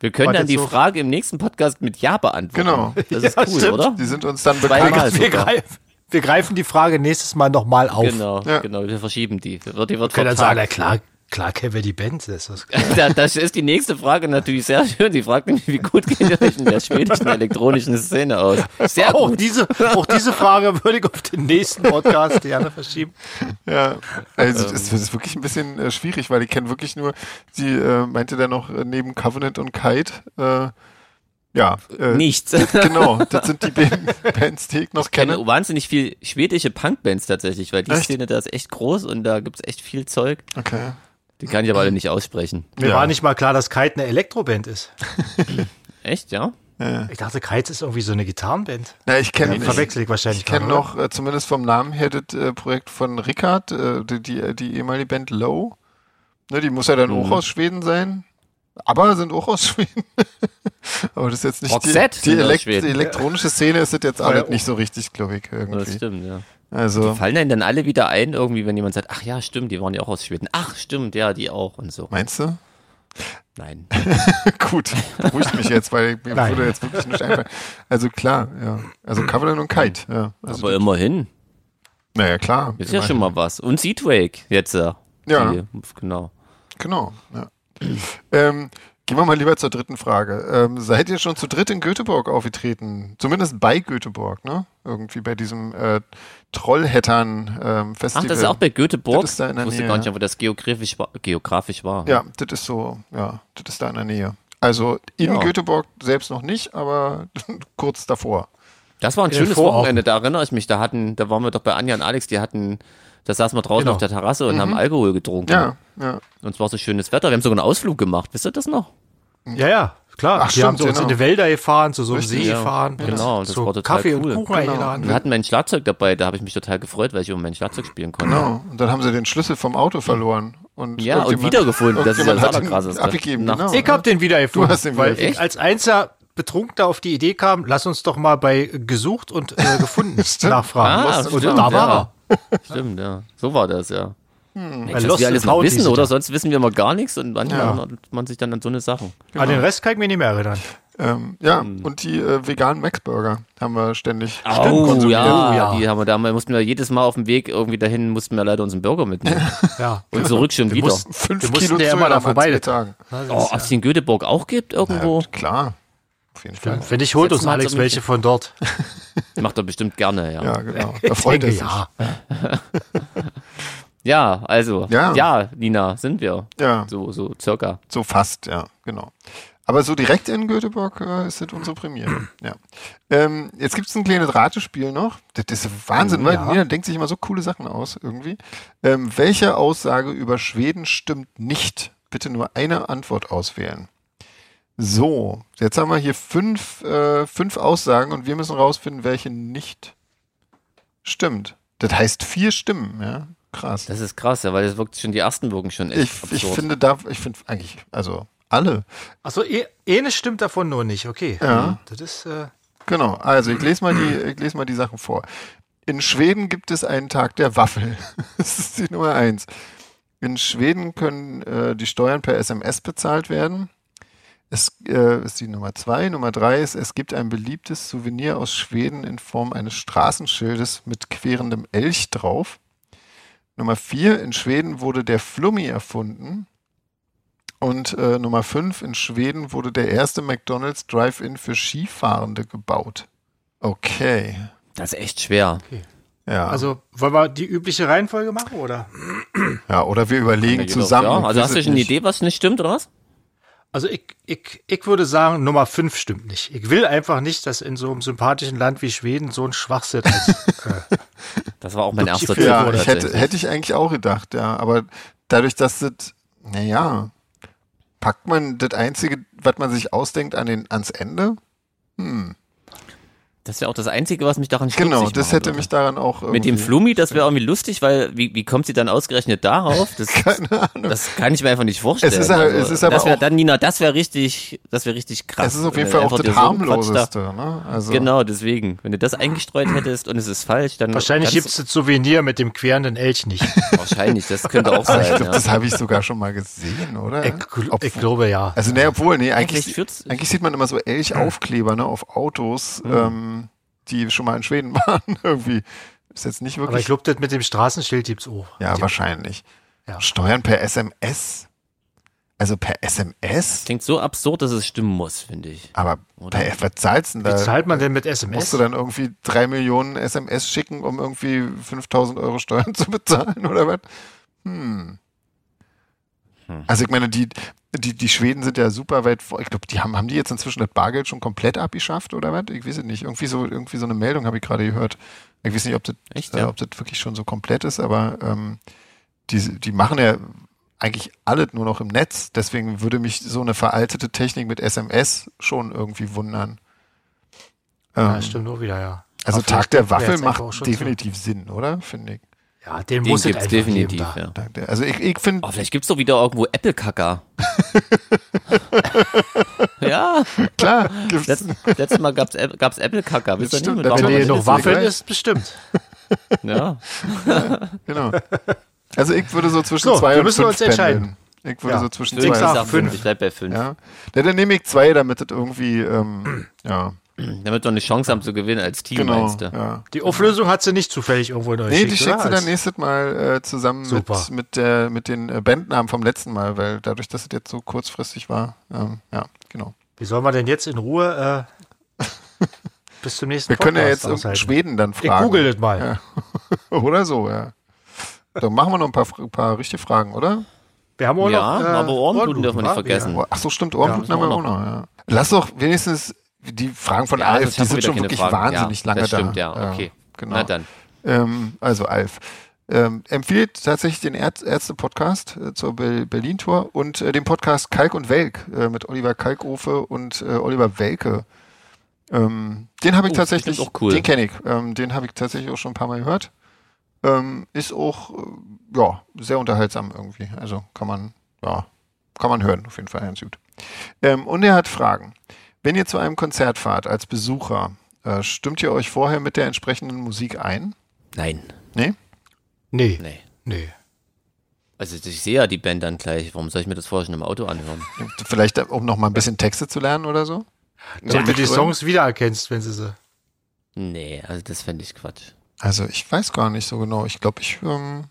Speaker 2: Wir können
Speaker 3: Warte,
Speaker 2: dann die
Speaker 3: so-
Speaker 2: Frage im nächsten Podcast mit Ja beantworten.
Speaker 1: Genau.
Speaker 2: Das ist
Speaker 3: Ja,
Speaker 2: cool,
Speaker 3: stimmt.
Speaker 2: oder?
Speaker 1: die sind uns dann
Speaker 2: Zweimal.
Speaker 1: bekannt.
Speaker 2: Also,
Speaker 3: wir,
Speaker 2: ja.
Speaker 3: greifen, wir greifen die Frage nächstes Mal nochmal auf.
Speaker 2: Genau,
Speaker 1: Ja.
Speaker 2: genau, wir verschieben die. Wird, die wird
Speaker 3: Können dann sagen, na
Speaker 2: vertagt.
Speaker 3: klar, klar kennen wir die Bands.
Speaker 1: *laughs*
Speaker 3: Das ist
Speaker 2: *laughs* da, das ist die nächste Frage natürlich sehr schön. Sie fragt nämlich, wie gut geht ihr euch in der schwedischen elektronischen Szene aus? Sehr
Speaker 3: *laughs* auch,
Speaker 2: gut.
Speaker 3: diese, auch diese Frage würde ich auf den nächsten Podcast gerne verschieben.
Speaker 1: Ja, also das ist, das ist wirklich ein bisschen äh, schwierig, weil ich kenne wirklich nur, sie äh, meinte dann noch äh, neben Covenant und Kite, äh, ja, äh,
Speaker 2: Nichts. *laughs*
Speaker 1: genau, das sind die beiden *laughs* Bands, die ich noch
Speaker 2: Ich kenne
Speaker 1: kenne.
Speaker 2: wahnsinnig viel schwedische Punkbands tatsächlich, weil die
Speaker 1: Echt?
Speaker 2: Szene da ist echt groß und da gibt's echt viel Zeug.
Speaker 1: Okay.
Speaker 2: Die kann ich aber alle nicht aussprechen.
Speaker 3: Mir
Speaker 1: Ja.
Speaker 3: war nicht mal klar, dass Kite eine Elektroband ist.
Speaker 2: Echt, ja?
Speaker 3: Ich dachte, Kite ist irgendwie so eine Gitarrenband.
Speaker 1: Na, ich kenne
Speaker 3: Den verwechsel ich wahrscheinlich
Speaker 1: Ich kenne
Speaker 3: gerade, oder?
Speaker 1: noch, äh, zumindest vom Namen her, das äh, Projekt von Rickard, äh, die, die, die ehemalige Band Low. Ne, die muss ja dann
Speaker 2: Mhm.
Speaker 1: auch aus Schweden sein. Aber sind auch aus *laughs* Schweden. Aber das ist jetzt nicht die,
Speaker 2: Roxette
Speaker 1: die,
Speaker 2: sind aus
Speaker 1: Elekt die
Speaker 2: Schweden.
Speaker 1: elektronische Szene ist das jetzt alles
Speaker 3: ja,
Speaker 1: nicht so richtig, glaube ich,
Speaker 2: Das
Speaker 1: irgendwie.
Speaker 2: stimmt, ja.
Speaker 1: Also,
Speaker 2: Fallen denn dann alle wieder ein, irgendwie, wenn jemand sagt, ach ja, stimmt, die waren ja auch aus Schweden. Ach, stimmt, ja, die auch und so.
Speaker 1: meinst du? *laughs*
Speaker 2: Nein.
Speaker 1: Gut, beruhigt mich jetzt, weil mir
Speaker 3: Nein.
Speaker 1: würde jetzt wirklich nicht einfallen. Also klar, ja. Also Covenant und Kite, ja. Also,
Speaker 2: Aber immerhin.
Speaker 1: naja, klar.
Speaker 2: Ist ja schon mal was. Und Seedwake jetzt. Ja.
Speaker 1: Ja.
Speaker 2: Die, genau.
Speaker 1: Genau. Ja. ähm, gehen wir mal lieber zur dritten Frage. Ähm, seid ihr schon zu dritt in Göteborg aufgetreten? Zumindest bei Göteborg, ne? Irgendwie bei diesem äh, ähm,
Speaker 2: Ach,
Speaker 1: Trollhettern-Festival.
Speaker 2: das ist auch bei Göteborg.
Speaker 1: Das ist da in der
Speaker 2: ich wusste
Speaker 1: Nähe,
Speaker 2: gar nicht,
Speaker 1: ja.
Speaker 2: ob das geografisch war. Geografisch war.
Speaker 1: ja, das ist so, ja, das ist da in der Nähe. Also in
Speaker 2: Ja.
Speaker 1: Göteborg selbst noch nicht, aber *laughs* kurz davor.
Speaker 2: Das war ein
Speaker 3: Ja,
Speaker 2: schönes
Speaker 3: vor auch.
Speaker 2: Wochenende, da erinnere ich mich. Da hatten, da waren wir doch bei Anja und Alex, die hatten, da saßen wir draußen
Speaker 3: Genau.
Speaker 2: auf der Terrasse und haben Alkohol getrunken.
Speaker 1: Mhm. Ja, ja.
Speaker 2: Und es war so schönes Wetter. Wir haben sogar einen Ausflug gemacht. Wisst ihr das noch?
Speaker 3: Ja, ja, klar.
Speaker 1: Ach,
Speaker 3: die
Speaker 1: stimmt,
Speaker 3: haben so uns
Speaker 1: genau.
Speaker 3: in die Wälder gefahren, zu so einem
Speaker 1: Richtig,
Speaker 3: See
Speaker 2: ja.
Speaker 3: gefahren.
Speaker 2: Genau,
Speaker 3: und
Speaker 2: das
Speaker 3: so
Speaker 2: war total
Speaker 3: Kaffee
Speaker 2: cool.
Speaker 3: und Kuchen
Speaker 1: Genau.
Speaker 3: eingeladen.
Speaker 2: Und wir hatten mein Schlagzeug dabei, da habe ich mich total gefreut, weil ich über mein Schlagzeug spielen konnte.
Speaker 1: Genau. Und dann haben sie den Schlüssel vom Auto verloren. Und
Speaker 2: Ja, und
Speaker 1: irgendjemand-
Speaker 2: wiedergefunden. Das ist ne? ja
Speaker 1: irgendjemand
Speaker 2: das
Speaker 1: hat ihn
Speaker 2: Allerkrasseste.
Speaker 1: Abgegeben,
Speaker 2: Nach-
Speaker 1: genau.
Speaker 3: Ich hab den wiedergefunden,
Speaker 1: Du hast den
Speaker 3: weil
Speaker 1: wiedergefunden.
Speaker 3: ich als Einziger Betrunkener auf die Idee kam, lass uns doch mal bei gesucht und
Speaker 1: *laughs*
Speaker 3: äh, gefunden nachfragen.
Speaker 2: Ah,
Speaker 3: und
Speaker 2: stimmt,
Speaker 3: da war
Speaker 2: ja.
Speaker 3: er.
Speaker 2: Stimmt, ja. So war das, ja. Hm.
Speaker 3: Bei
Speaker 2: was
Speaker 3: Lost
Speaker 2: wir alles
Speaker 3: and
Speaker 2: noch
Speaker 3: Found
Speaker 2: wissen,
Speaker 3: hieß
Speaker 2: oder?
Speaker 3: das.
Speaker 2: Sonst wissen wir immer gar nichts und manchmal
Speaker 1: Ja.
Speaker 2: erinnert man sich dann an so eine Sachen.
Speaker 3: An den Rest kann ich mich nicht mehr erinnern.
Speaker 1: Ähm, ja,
Speaker 2: Hm.
Speaker 1: und die äh, veganen Max-Burger haben wir ständig.
Speaker 2: Oh,
Speaker 1: konsumiert.
Speaker 2: ja,
Speaker 3: Oh, ja.
Speaker 2: die haben wir da mal, mussten wir jedes Mal auf dem Weg irgendwie dahin, mussten wir leider unseren Burger mitnehmen.
Speaker 3: Ja.
Speaker 2: Und
Speaker 1: *laughs*
Speaker 2: zurück schon wieder.
Speaker 3: mussten-
Speaker 1: Fünf
Speaker 3: Wir mussten
Speaker 1: Kilo
Speaker 3: ja immer
Speaker 1: Zwiebeln
Speaker 3: da
Speaker 1: an
Speaker 3: vorbei.
Speaker 1: zwei Tagen.
Speaker 2: Oh, ob es in Göteborg auch gibt irgendwo?
Speaker 1: Ja, klar. Auf jeden Fall.
Speaker 3: Wenn nicht, holt
Speaker 2: Jetzt
Speaker 3: uns
Speaker 2: mal
Speaker 3: Alex
Speaker 2: zum-
Speaker 3: welche von dort.
Speaker 2: Macht er bestimmt gerne, ja.
Speaker 1: Ja,
Speaker 2: Ja,
Speaker 3: *laughs*
Speaker 1: genau. Da freut er
Speaker 3: denke,
Speaker 1: sich.
Speaker 3: ja.
Speaker 2: also.
Speaker 1: Ja.
Speaker 2: Nina, sind wir.
Speaker 1: Ja,
Speaker 2: So, so circa.
Speaker 1: so fast, ja, genau. Aber so direkt in Göteborg äh, ist das unsere Premiere.
Speaker 2: *clears throat*
Speaker 1: ja. Ähm, jetzt gibt es ein kleines Ratespiel noch. Das ist Wahnsinn, weil
Speaker 3: Ja.
Speaker 1: Nina denkt sich immer so coole Sachen aus irgendwie. Ähm, welche Aussage über Schweden stimmt nicht? Bitte nur eine Antwort auswählen. So, jetzt haben wir hier fünf, äh, fünf Aussagen und wir müssen rausfinden, welche nicht stimmt. Das heißt vier Stimmen, ja. Krass.
Speaker 2: Das ist krass, ja, weil das wirkt schon, die ersten wirken schon echt
Speaker 1: Ich, ich
Speaker 2: absurd.
Speaker 1: finde da, ich finde eigentlich, also alle.
Speaker 3: Also eine stimmt davon nur nicht, okay.
Speaker 1: Ja.
Speaker 3: Das ist äh,
Speaker 1: Genau, also ich lese mal die, ich lese mal die Sachen vor. In Schweden gibt es einen Tag der Waffel. *laughs* Das ist die Nummer eins. In Schweden können äh, die Steuern per SMS bezahlt werden. Es äh, ist die Nummer zwei. Nummer drei ist, es gibt ein beliebtes Souvenir aus Schweden in Form eines Straßenschildes mit querendem Elch drauf. Nummer vier, in Schweden wurde der Flummi erfunden. Und äh, Nummer 5, in Schweden wurde der erste McDonald's Drive-In für Skifahrende gebaut. Okay.
Speaker 2: Das ist echt schwer.
Speaker 1: Ja.
Speaker 3: also wollen wir die übliche Reihenfolge machen oder?
Speaker 1: ja oder wir überlegen
Speaker 2: Ja,
Speaker 1: zusammen. und
Speaker 2: Ja, also hast du
Speaker 1: wissen
Speaker 2: schon eine
Speaker 1: nicht.
Speaker 2: Idee, was nicht stimmt, oder was?
Speaker 3: Also ich, ich, ich würde sagen, Nummer 5 stimmt nicht. Ich will einfach nicht, dass in so einem sympathischen Land wie Schweden so ein Schwachsinn
Speaker 2: *laughs*
Speaker 3: ist. äh,
Speaker 2: Das war auch mein erster Tipp.
Speaker 1: Ja,
Speaker 2: oder
Speaker 1: ich hätte,
Speaker 2: tatsächlich.
Speaker 1: hätte ich eigentlich auch gedacht, ja. Aber dadurch, dass das, naja, packt man das Einzige, was man sich ausdenkt, an den, ans Ende?
Speaker 2: Das wäre auch das Einzige, was mich daran stutzig
Speaker 1: Genau, das
Speaker 2: machen
Speaker 1: hätte
Speaker 2: würde.
Speaker 1: mich daran auch irgendwie...
Speaker 2: Mit dem Flumi, das wäre irgendwie lustig, weil wie, wie kommt sie dann ausgerechnet darauf?
Speaker 1: *laughs*
Speaker 2: Das, das kann ich mir einfach nicht vorstellen. Also,
Speaker 1: Es ist aber- es ist aber
Speaker 2: das wäre
Speaker 1: auch-
Speaker 2: dann, Nina, das wäre richtig, das wäre richtig krass.
Speaker 1: Es ist auf jeden Fall
Speaker 2: Wenn
Speaker 1: auch
Speaker 2: äh, einfach dir
Speaker 1: das
Speaker 2: so ein Quatsch
Speaker 1: harmloseste,
Speaker 2: Da,
Speaker 1: ne? Also,
Speaker 2: Genau, deswegen. Wenn du das eingestreut hättest und es ist falsch, dann
Speaker 3: wahrscheinlich gibt
Speaker 2: kannst-
Speaker 3: es das Souvenir mit dem querenden Elch nicht.
Speaker 2: wahrscheinlich, das könnte auch sein.
Speaker 1: Ich glaube,
Speaker 2: ja.
Speaker 1: das habe ich sogar schon mal gesehen, oder?
Speaker 3: Ich, Äh, gl- ich glaube ja.
Speaker 1: Äh, Also ne, obwohl, nee,
Speaker 2: vielleicht
Speaker 1: eigentlich,
Speaker 2: führt's-
Speaker 1: eigentlich sieht man immer so Elchaufkleber ne, auf Autos, ähm, die schon mal in Schweden *laughs* waren irgendwie. Ist jetzt nicht
Speaker 3: Aber ich
Speaker 1: wirklich.
Speaker 3: glaube, das mit dem Straßenschild gibt's auch.
Speaker 1: ja, wahrscheinlich.
Speaker 3: Ja.
Speaker 1: Steuern per SMS. Also per SMS?
Speaker 2: Klingt so absurd, dass es stimmen muss, finde ich.
Speaker 1: Aber
Speaker 2: Oder?
Speaker 1: per, was zahlst du denn
Speaker 3: Wie
Speaker 1: da?
Speaker 3: zahlt man denn mit
Speaker 1: äh, Musst
Speaker 3: SMS?
Speaker 1: du dann irgendwie drei Millionen SMS schicken, um irgendwie 5000 Euro Steuern *laughs* zu bezahlen oder was? Hm. Also ich meine, die, die, die Schweden sind ja super weit vor. Ich glaube, die haben, haben die jetzt inzwischen das Bargeld schon komplett abgeschafft oder was? Ich weiß es nicht. Irgendwie so, irgendwie so eine Meldung habe ich gerade gehört. Ich weiß nicht, ob das,
Speaker 2: Echt,
Speaker 1: äh,
Speaker 2: ja?
Speaker 1: ob das wirklich schon so komplett ist, aber ähm, die, die machen ja eigentlich alles nur noch im Netz. Deswegen würde mich so eine veraltete Technik mit SMS schon irgendwie wundern.
Speaker 3: Ja,
Speaker 1: Ähm,
Speaker 3: stimmt auch wieder, ja.
Speaker 1: also
Speaker 3: Aber
Speaker 1: Tag
Speaker 3: vielleicht
Speaker 1: der
Speaker 3: denken wir
Speaker 1: Waffel
Speaker 3: jetzt einfach auch
Speaker 1: macht
Speaker 3: schon zu.
Speaker 1: definitiv Sinn, oder? Finde ich.
Speaker 3: Ja, den,
Speaker 2: Den
Speaker 3: muss es
Speaker 2: gibt's
Speaker 3: einfach
Speaker 2: definitiv,
Speaker 3: geben da.
Speaker 2: ja.
Speaker 1: Tag der- Also ich, ich finde,
Speaker 2: Oh, vielleicht gibt's doch wieder irgendwo Apple-Kacker. ja,
Speaker 1: klar, gibt's,
Speaker 2: letzt, letztes Mal gab's, App- gab's Apple-Kacker. Wisst ihr
Speaker 1: Stimmt,
Speaker 2: nicht? mit
Speaker 1: natürlich.
Speaker 3: Wenn
Speaker 2: Waffen-
Speaker 1: Aber
Speaker 3: ihr
Speaker 1: das
Speaker 3: noch
Speaker 1: ist egal.
Speaker 3: Waffeln ist, bestimmt.
Speaker 2: Ja.
Speaker 1: genau. Also ich würde so zwischen
Speaker 3: So,
Speaker 1: zwei
Speaker 3: wir
Speaker 1: und
Speaker 3: müssen
Speaker 1: fünf
Speaker 3: uns entscheiden.
Speaker 1: pendeln. Ich würde
Speaker 3: Ja.
Speaker 1: so zwischen
Speaker 2: Ich,
Speaker 3: Sechs
Speaker 1: zwei
Speaker 3: sag
Speaker 1: und
Speaker 2: sag
Speaker 3: nach
Speaker 2: fünf.
Speaker 3: fünf.
Speaker 2: ich bleib bei fünf.
Speaker 1: Ja. Ja, dann nehme ich zwei, damit das irgendwie,
Speaker 3: *clears throat*
Speaker 1: ähm, ja,
Speaker 2: Damit wir eine Chance haben zu gewinnen als Team,
Speaker 1: genau.
Speaker 2: meinst du?
Speaker 1: Ja.
Speaker 3: Die Auflösung hat sie nicht zufällig irgendwo in euch.
Speaker 1: Nee, die schickst du dann nächstes Mal äh, zusammen
Speaker 3: Super.
Speaker 1: mit, mit, der, mit den äh, Bandnamen vom letzten Mal, weil dadurch, dass es jetzt so kurzfristig war, ähm, ja, genau.
Speaker 3: Wie soll man denn jetzt in Ruhe
Speaker 1: *laughs*
Speaker 3: äh, bis zum nächsten
Speaker 1: Wir können ja jetzt
Speaker 3: aushalten?
Speaker 1: irgendeinen Schweden dann
Speaker 3: Ich
Speaker 1: fragen.
Speaker 3: google das mal.
Speaker 1: *laughs* Oder so, ja. Dann machen wir noch ein paar, Fra- paar richtige Fragen, oder?
Speaker 3: Wir haben auch
Speaker 2: Ja,
Speaker 3: noch. äh,
Speaker 2: aber Ohrenbluten dürfen wir nicht
Speaker 3: wa?
Speaker 2: vergessen.
Speaker 1: Oh, Ach so, stimmt, Ohrenbluten
Speaker 2: Ja,
Speaker 1: haben wir auch
Speaker 2: müssen
Speaker 1: noch. Ja. Lass doch wenigstens die Fragen von
Speaker 2: Ja,
Speaker 1: Alf,
Speaker 2: sonst
Speaker 1: die
Speaker 2: haben wir
Speaker 1: sind
Speaker 2: wieder
Speaker 1: schon
Speaker 2: keine
Speaker 1: wirklich
Speaker 2: Fragen.
Speaker 1: wahnsinnig
Speaker 2: Ja,
Speaker 1: lange
Speaker 2: das stimmt,
Speaker 1: da.
Speaker 2: ja, okay.
Speaker 1: genau.
Speaker 2: Na dann.
Speaker 1: Ähm, also Alf. Ähm, empfiehlt tatsächlich den Ärz Ärzte-Podcast äh, zur Be Berlin-Tour und äh, den Podcast Kalk und Welk äh, mit Oliver Kalkofe und äh, Oliver Welke. Ähm, den habe ich
Speaker 2: Oh,
Speaker 1: tatsächlich,
Speaker 2: bestimmt auch cool.
Speaker 1: den kenne ich. Ähm, den habe ich tatsächlich auch schon ein paar Mal gehört. Ähm, ist auch, äh, ja, sehr unterhaltsam irgendwie. Also kann man, ja, kann man hören, auf jeden Fall ganz gut. Ähm, und er hat Fragen. Wenn ihr zu einem Konzert fahrt als Besucher, äh, stimmt ihr euch vorher mit der entsprechenden Musik ein?
Speaker 2: Nein.
Speaker 1: Nee?
Speaker 3: Nee.
Speaker 2: Nee.
Speaker 3: Nee.
Speaker 2: Also ich sehe ja die Band dann gleich. Warum soll ich mir das vorher schon im Auto anhören?
Speaker 1: Vielleicht, um noch mal ein bisschen Texte zu lernen oder so?
Speaker 3: Damit du die Songs wiedererkennst, wenn sie so.
Speaker 2: Nee, also das fände ich Quatsch.
Speaker 1: Also ich weiß gar nicht so genau. Ich glaube, ich ähm,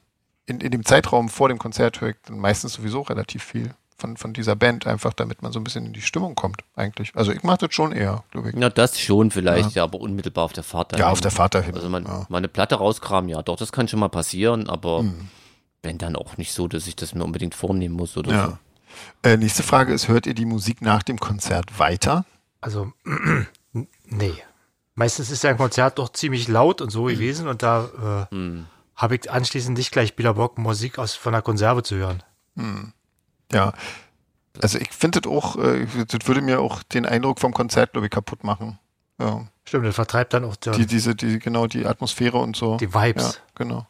Speaker 1: in, in dem Zeitraum vor dem Konzert höre ich dann meistens sowieso relativ viel von, von dieser Band, einfach damit man so ein bisschen in die Stimmung kommt eigentlich. Also ich mache das schon eher, glaube ich.
Speaker 2: Na, das schon vielleicht, ja, aber unmittelbar auf der Fahrt dahin.
Speaker 1: Ja, auf der Fahrt dahin.
Speaker 2: Also man,
Speaker 1: ja.
Speaker 2: mal eine Platte rauskramen, ja, doch, das kann schon mal passieren, aber
Speaker 1: Mhm.
Speaker 2: wenn dann auch nicht so, dass ich das mir unbedingt vornehmen muss oder so.
Speaker 1: Ja. Äh, nächste Frage ist, hört ihr die Musik nach dem Konzert weiter?
Speaker 3: Also, *clears throat* nee. Meistens ist ja ein Konzert doch ziemlich laut und so gewesen und da äh,
Speaker 1: Hm.
Speaker 3: habe ich anschließend nicht gleich wieder Bock, Musik aus, von der Konserve zu hören.
Speaker 1: Ja. Also ich finde das auch, äh, das würde mir auch den Eindruck vom Konzert, glaube ich, kaputt machen. Ja.
Speaker 3: Stimmt, das vertreibt dann auch der,
Speaker 1: Die,
Speaker 3: die,
Speaker 1: diese, die, genau, die Atmosphäre und so. ja,
Speaker 3: Vibes.
Speaker 1: genau.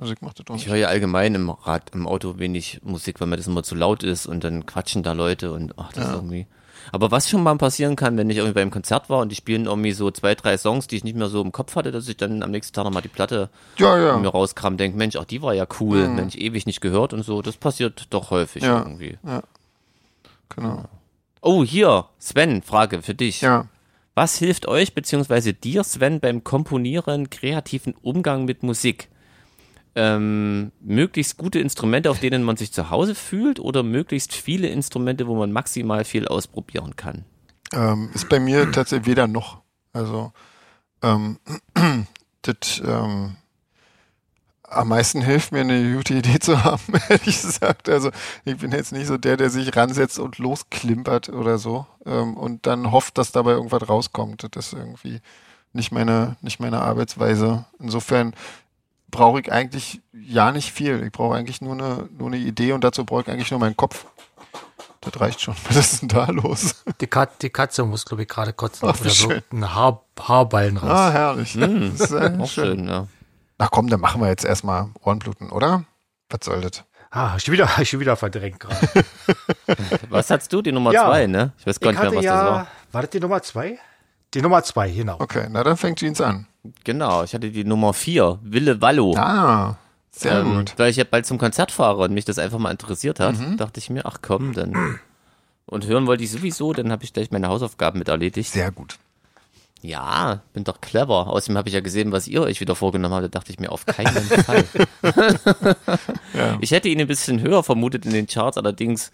Speaker 1: Also ich mache das auch
Speaker 2: Ich
Speaker 1: nicht.
Speaker 2: höre ja allgemein im Rad, im Auto wenig Musik, weil mir das immer zu laut ist und dann quatschen da Leute und ach, das ist irgendwie. Aber was schon mal passieren kann, wenn ich irgendwie beim Konzert war und die spielen irgendwie so zwei, drei Songs, die ich nicht mehr so im Kopf hatte, dass ich dann am nächsten Tag nochmal die Platte
Speaker 1: Ja, ja.
Speaker 2: mir rauskram, denke, Mensch, ach, die war ja cool, Mensch, ewig nicht gehört und so. Das passiert doch häufig
Speaker 1: Ja.
Speaker 2: irgendwie.
Speaker 1: Genau.
Speaker 2: Oh, hier, Sven, Frage für dich.
Speaker 1: Ja.
Speaker 2: Was hilft euch bzw. dir, Sven, beim Komponieren, kreativen Umgang mit Musik? Ähm, möglichst gute Instrumente, auf denen man sich zu Hause fühlt oder möglichst viele Instrumente, wo man maximal viel ausprobieren kann?
Speaker 1: Ähm, ist bei mir tatsächlich weder noch. Also ähm, *clears throat* das ähm, am meisten hilft mir eine gute Idee zu haben, *laughs* ehrlich gesagt. Also ich bin jetzt nicht so der, der sich ransetzt und losklimpert oder so ähm, und dann hofft, dass dabei irgendwas rauskommt. Das ist irgendwie nicht meine, nicht meine Arbeitsweise. Insofern brauche ich eigentlich ja nicht viel. Ich brauche eigentlich nur eine, nur eine Idee und dazu brauche ich eigentlich nur meinen Kopf. Das reicht schon. *laughs* Was ist denn da los?
Speaker 3: Kat die Katze muss, glaube ich, gerade kotzen.
Speaker 1: Ach, wie
Speaker 3: oder so
Speaker 1: schön.
Speaker 3: einen Haar Haarballen raus.
Speaker 1: Ah, herrlich. *laughs* Das ist, äh,
Speaker 2: Hm. Auch schön, ne? ja.
Speaker 1: Na komm, dann machen wir jetzt erstmal Ohrenbluten, oder? Was soll das?
Speaker 3: Ah, ich wieder, *laughs* ich wieder verdrängt gerade.
Speaker 2: Was hattest du, die Nummer
Speaker 3: Ja.
Speaker 2: zwei, ne? Ich weiß gar
Speaker 3: Ich
Speaker 2: nicht mehr,
Speaker 3: hatte
Speaker 2: was
Speaker 3: ja,
Speaker 2: das war.
Speaker 3: war das die Nummer zwei? Die Nummer zwei, genau.
Speaker 1: Okay, na dann fängt Jeans an.
Speaker 2: Genau, ich hatte die Nummer vier, Wille Wallo.
Speaker 1: Ah, sehr
Speaker 2: Ähm,
Speaker 1: gut. Mhm.
Speaker 2: Weil ich ja bald zum Konzert fahre und mich das einfach mal interessiert hat, dachte ich mir, ach komm, dann. Und hören wollte ich sowieso, dann habe ich gleich meine Hausaufgaben mit erledigt.
Speaker 1: Sehr gut.
Speaker 2: Ja, bin doch clever. Außerdem habe ich ja gesehen, was ihr euch wieder vorgenommen habt. Da dachte ich mir,
Speaker 1: *laughs*
Speaker 2: auf keinen Fall. Ich hätte ihn ein bisschen höher vermutet in den Charts, allerdings,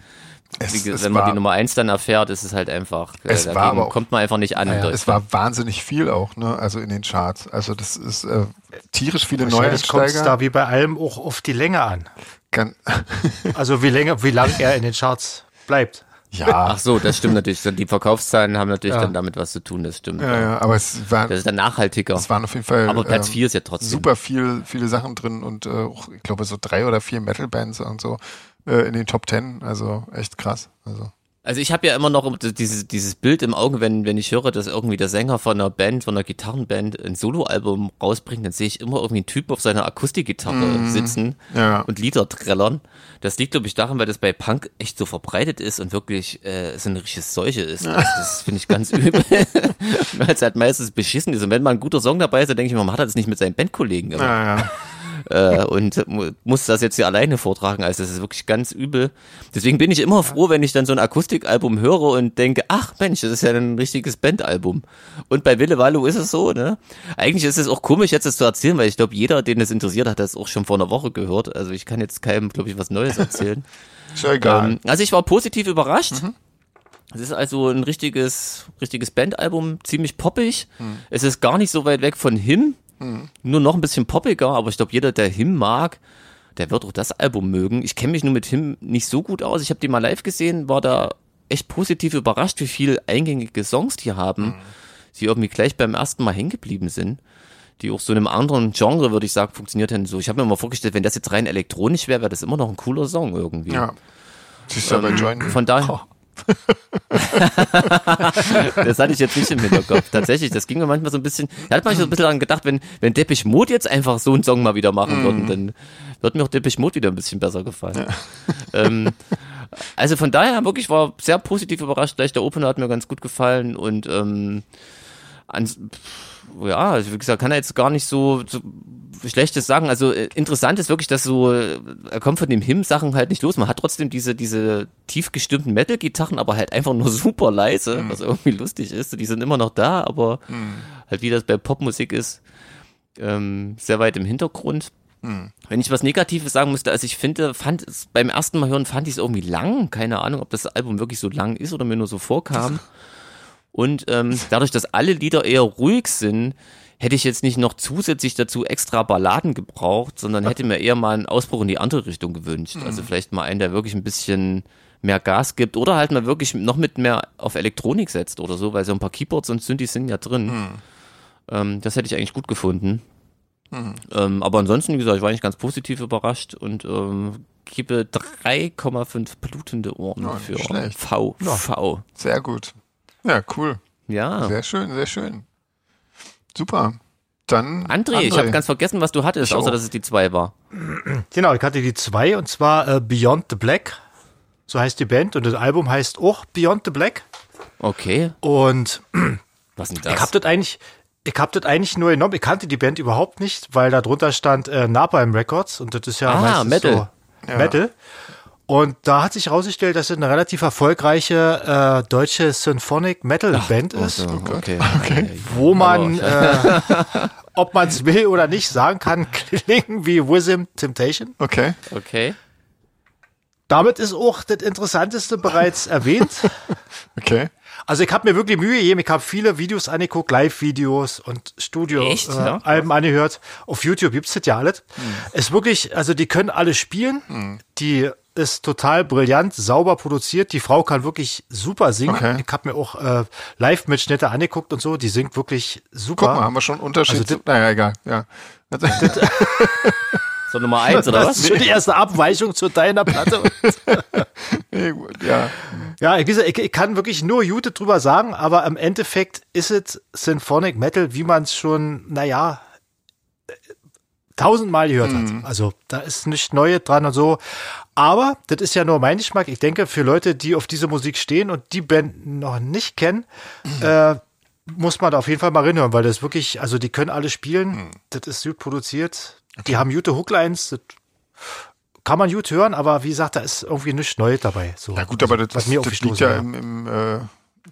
Speaker 2: wie,
Speaker 1: Es,
Speaker 2: gesagt,
Speaker 1: es,
Speaker 2: wenn man
Speaker 1: war,
Speaker 2: die Nummer 1 dann erfährt, ist es halt einfach, äh,
Speaker 1: Es war aber auch-
Speaker 2: kommt man einfach nicht an. in
Speaker 1: es
Speaker 2: Deutschland.
Speaker 1: war wahnsinnig viel auch, ne? Also in den Charts. Also das ist äh, tierisch viele
Speaker 3: Wahrscheinlich kommt es
Speaker 1: Neueinsteiger.
Speaker 3: da wie bei allem auch auf die Länge an.
Speaker 1: Kann,
Speaker 3: Also wie länger, wie lang er in den Charts bleibt.
Speaker 1: *laughs* ja,
Speaker 2: Ach so, das stimmt natürlich. Die Verkaufszahlen haben natürlich
Speaker 3: Ja.
Speaker 2: dann damit was zu tun, das stimmt.
Speaker 1: ja, ja, aber es, war,
Speaker 2: Das ist dann nachhaltiger.
Speaker 1: es waren auf jeden Fall
Speaker 2: Aber Platz
Speaker 1: ähm,
Speaker 2: 4 ist ja trotzdem.
Speaker 1: super viel, viele Sachen drin und äh, auch, ich glaube so drei oder vier Metal-Bands und so äh, in den Top Ten. Also echt krass. Also
Speaker 2: Also ich habe ja immer noch dieses, dieses Bild im Auge, wenn, wenn ich höre, dass irgendwie der Sänger von einer Band, von einer Gitarrenband ein Soloalbum rausbringt, dann sehe ich immer irgendwie einen Typ auf seiner Akustikgitarre sitzen
Speaker 1: ja.
Speaker 2: und Lieder trällern. Das liegt, glaube ich, daran, weil das bei Punk echt so verbreitet ist und wirklich äh, so eine richtige Seuche ist. Also das finde ich ganz übel, weil es halt meistens beschissen ist. Und wenn mal ein guter Song dabei ist, dann denke ich mir, warum hat er das nicht mit seinen Bandkollegen gemacht?
Speaker 1: ja, ja.
Speaker 2: äh, und mu- muss das jetzt hier alleine vortragen. Also das ist wirklich ganz übel. Deswegen bin ich immer froh, wenn ich dann so ein Akustikalbum höre und denke, ach Mensch, das ist ja ein richtiges Bandalbum. Und bei Wille Wallo ist es so, ne? Eigentlich ist es auch komisch, jetzt das zu erzählen, weil ich glaube, jeder, den das interessiert, hat das auch schon vor einer Woche gehört. Also ich kann jetzt keinem, glaube ich, was Neues erzählen.
Speaker 1: Ist ja egal. Mhm.
Speaker 2: Ähm, also ich war positiv überrascht. Es ist also ein richtiges, richtiges Bandalbum, ziemlich poppig.
Speaker 1: Mhm.
Speaker 2: Es ist gar nicht so weit weg von Him, nur noch ein bisschen poppiger, aber ich glaube, jeder, der Him mag, der wird auch das Album mögen. Ich kenne mich nur mit Him nicht so gut aus. Ich habe die mal live gesehen, war da echt positiv überrascht, wie viel eingängige Songs die haben,
Speaker 1: Mhm.
Speaker 2: die irgendwie gleich beim ersten Mal hängen geblieben sind die auch so in einem anderen Genre, würde ich sagen, funktioniert hätten. So, ich habe mir immer vorgestellt, wenn das jetzt rein elektronisch wäre, wäre das immer noch ein cooler Song irgendwie.
Speaker 1: Ja. Siehst du ja bei
Speaker 3: Ähm.
Speaker 1: Join.
Speaker 2: Von daher. *laughs* das hatte ich jetzt nicht im Hinterkopf. Tatsächlich, das ging mir manchmal so ein bisschen. Da hat man so ein bisschen daran gedacht, wenn, wenn Deppich Mode jetzt einfach so einen Song mal wieder machen würden, dann wird mir auch Deppich Mode wieder ein bisschen besser gefallen. *laughs* Ähm, Also von daher wirklich war sehr positiv überrascht. Gleich der Opener hat mir ganz gut gefallen und ähm, ans, ja, also wie gesagt, kann er jetzt gar nicht so, so Schlechtes sagen. Also äh, interessant ist wirklich, dass so, äh, er kommt von dem Him-Sachen halt nicht los. Man hat trotzdem diese, diese tief gestimmten Metal-Gitarren, aber halt einfach nur *laughs* super leise, was irgendwie lustig ist. Die sind immer noch da, aber halt wie das bei Popmusik ist, ähm, sehr weit im Hintergrund. Wenn ich was Negatives sagen müsste, also ich finde, fand es beim ersten Mal hören fand ich es irgendwie lang. Keine Ahnung, ob das Album wirklich so lang ist oder mir nur so vorkam. Und
Speaker 1: *laughs*
Speaker 2: ähm, dadurch, dass alle Lieder eher ruhig sind, hätte ich jetzt nicht noch zusätzlich dazu extra Balladen gebraucht, sondern hätte mir eher mal einen Ausbruch in die andere Richtung gewünscht. Also
Speaker 1: Mhm.
Speaker 2: vielleicht mal einen, der wirklich ein bisschen mehr Gas gibt oder halt mal wirklich noch mit mehr auf Elektronik setzt oder so, weil so ein paar Keyboards und Synthes sind ja drin.
Speaker 1: Mhm.
Speaker 2: Ähm, das hätte ich eigentlich gut gefunden.
Speaker 1: Mhm.
Speaker 2: Ähm, aber ansonsten, wie gesagt, ich war eigentlich ganz positiv überrascht und ähm, gebe 3,5 blutende Ohren
Speaker 1: Ja, nicht
Speaker 2: für
Speaker 1: schlecht.
Speaker 2: V. V.
Speaker 1: Sehr gut. Ja, cool.
Speaker 2: Ja.
Speaker 1: Sehr schön, sehr schön. Super. Dann.
Speaker 2: André, ich habe ganz vergessen, was du hattest,
Speaker 1: Ich
Speaker 2: außer
Speaker 1: auch.
Speaker 2: dass es die zwei war.
Speaker 3: Genau, ich hatte die zwei und zwar äh, Beyond the Black. So heißt die Band und das Album heißt auch Beyond the Black.
Speaker 2: Okay,
Speaker 3: Und
Speaker 2: was denn
Speaker 3: ich
Speaker 2: das?
Speaker 3: hab das eigentlich, ich hab das eigentlich nur genommen. Ich kannte die Band überhaupt nicht, weil da drunter stand äh, Napalm Records und das ist ja
Speaker 2: Ah,
Speaker 3: meistens
Speaker 2: Metal.
Speaker 3: so Metal. Und da hat sich herausgestellt, dass es eine relativ erfolgreiche äh, deutsche Symphonic Metal Band ist.
Speaker 2: so, okay.
Speaker 3: wo man,
Speaker 2: Aber-
Speaker 3: äh, *laughs* ob man es will oder nicht, sagen kann, *laughs* klingen wie Wisdom Temptation.
Speaker 1: Okay.
Speaker 2: okay.
Speaker 3: Damit ist auch das Interessanteste
Speaker 2: *laughs*
Speaker 3: bereits erwähnt.
Speaker 1: Okay.
Speaker 3: Also ich habe mir wirklich Mühe gegeben. Ich habe viele Videos angeguckt, Live-Videos und
Speaker 2: Echt?
Speaker 3: Studio-Alben
Speaker 2: Ja. Hm.
Speaker 3: äh, Alben angehört. Auf YouTube gibt's das ja alles. Ist wirklich, also die können alle spielen. Die ist total brillant, sauber produziert. Die Frau kann wirklich super singen.
Speaker 1: Okay.
Speaker 3: Ich habe mir auch äh, Live-Mitschnitte angeguckt und so. Die singt wirklich super.
Speaker 1: Guck mal, haben wir schon einen Unterschied.
Speaker 3: Also
Speaker 1: zu- naja, egal.
Speaker 3: *laughs*
Speaker 1: Ja.
Speaker 2: So Nummer eins, oder
Speaker 3: Das ist
Speaker 2: was?
Speaker 3: schon die erste Abweichung zu
Speaker 2: *laughs*
Speaker 3: deiner Platte.
Speaker 1: *laughs* Nee, gut, ja.
Speaker 3: ja, ich, wie gesagt, ich, ich kann wirklich nur Jute drüber sagen, aber im Endeffekt ist es Symphonic Metal, wie man es schon, naja, äh, tausendmal gehört
Speaker 1: Mhm.
Speaker 3: hat. Also da ist nichts Neues dran und so. Aber das ist ja nur mein Geschmack. Ich denke, für Leute, die auf diese Musik stehen und die Band noch nicht kennen,
Speaker 1: Mhm.
Speaker 3: äh, muss man da auf jeden Fall mal reinhören, weil das wirklich, also die können alle spielen,
Speaker 1: Mhm.
Speaker 3: das ist gut produziert, die haben gute Hooklines, das kann man gut hören, aber wie gesagt, da ist irgendwie nichts Neues dabei. So. Also,
Speaker 1: Ja, gut, aber das,
Speaker 3: Was
Speaker 1: ist,
Speaker 3: mir
Speaker 1: das liegt
Speaker 3: aufgestoßen
Speaker 1: ja
Speaker 3: war.
Speaker 1: im, im äh,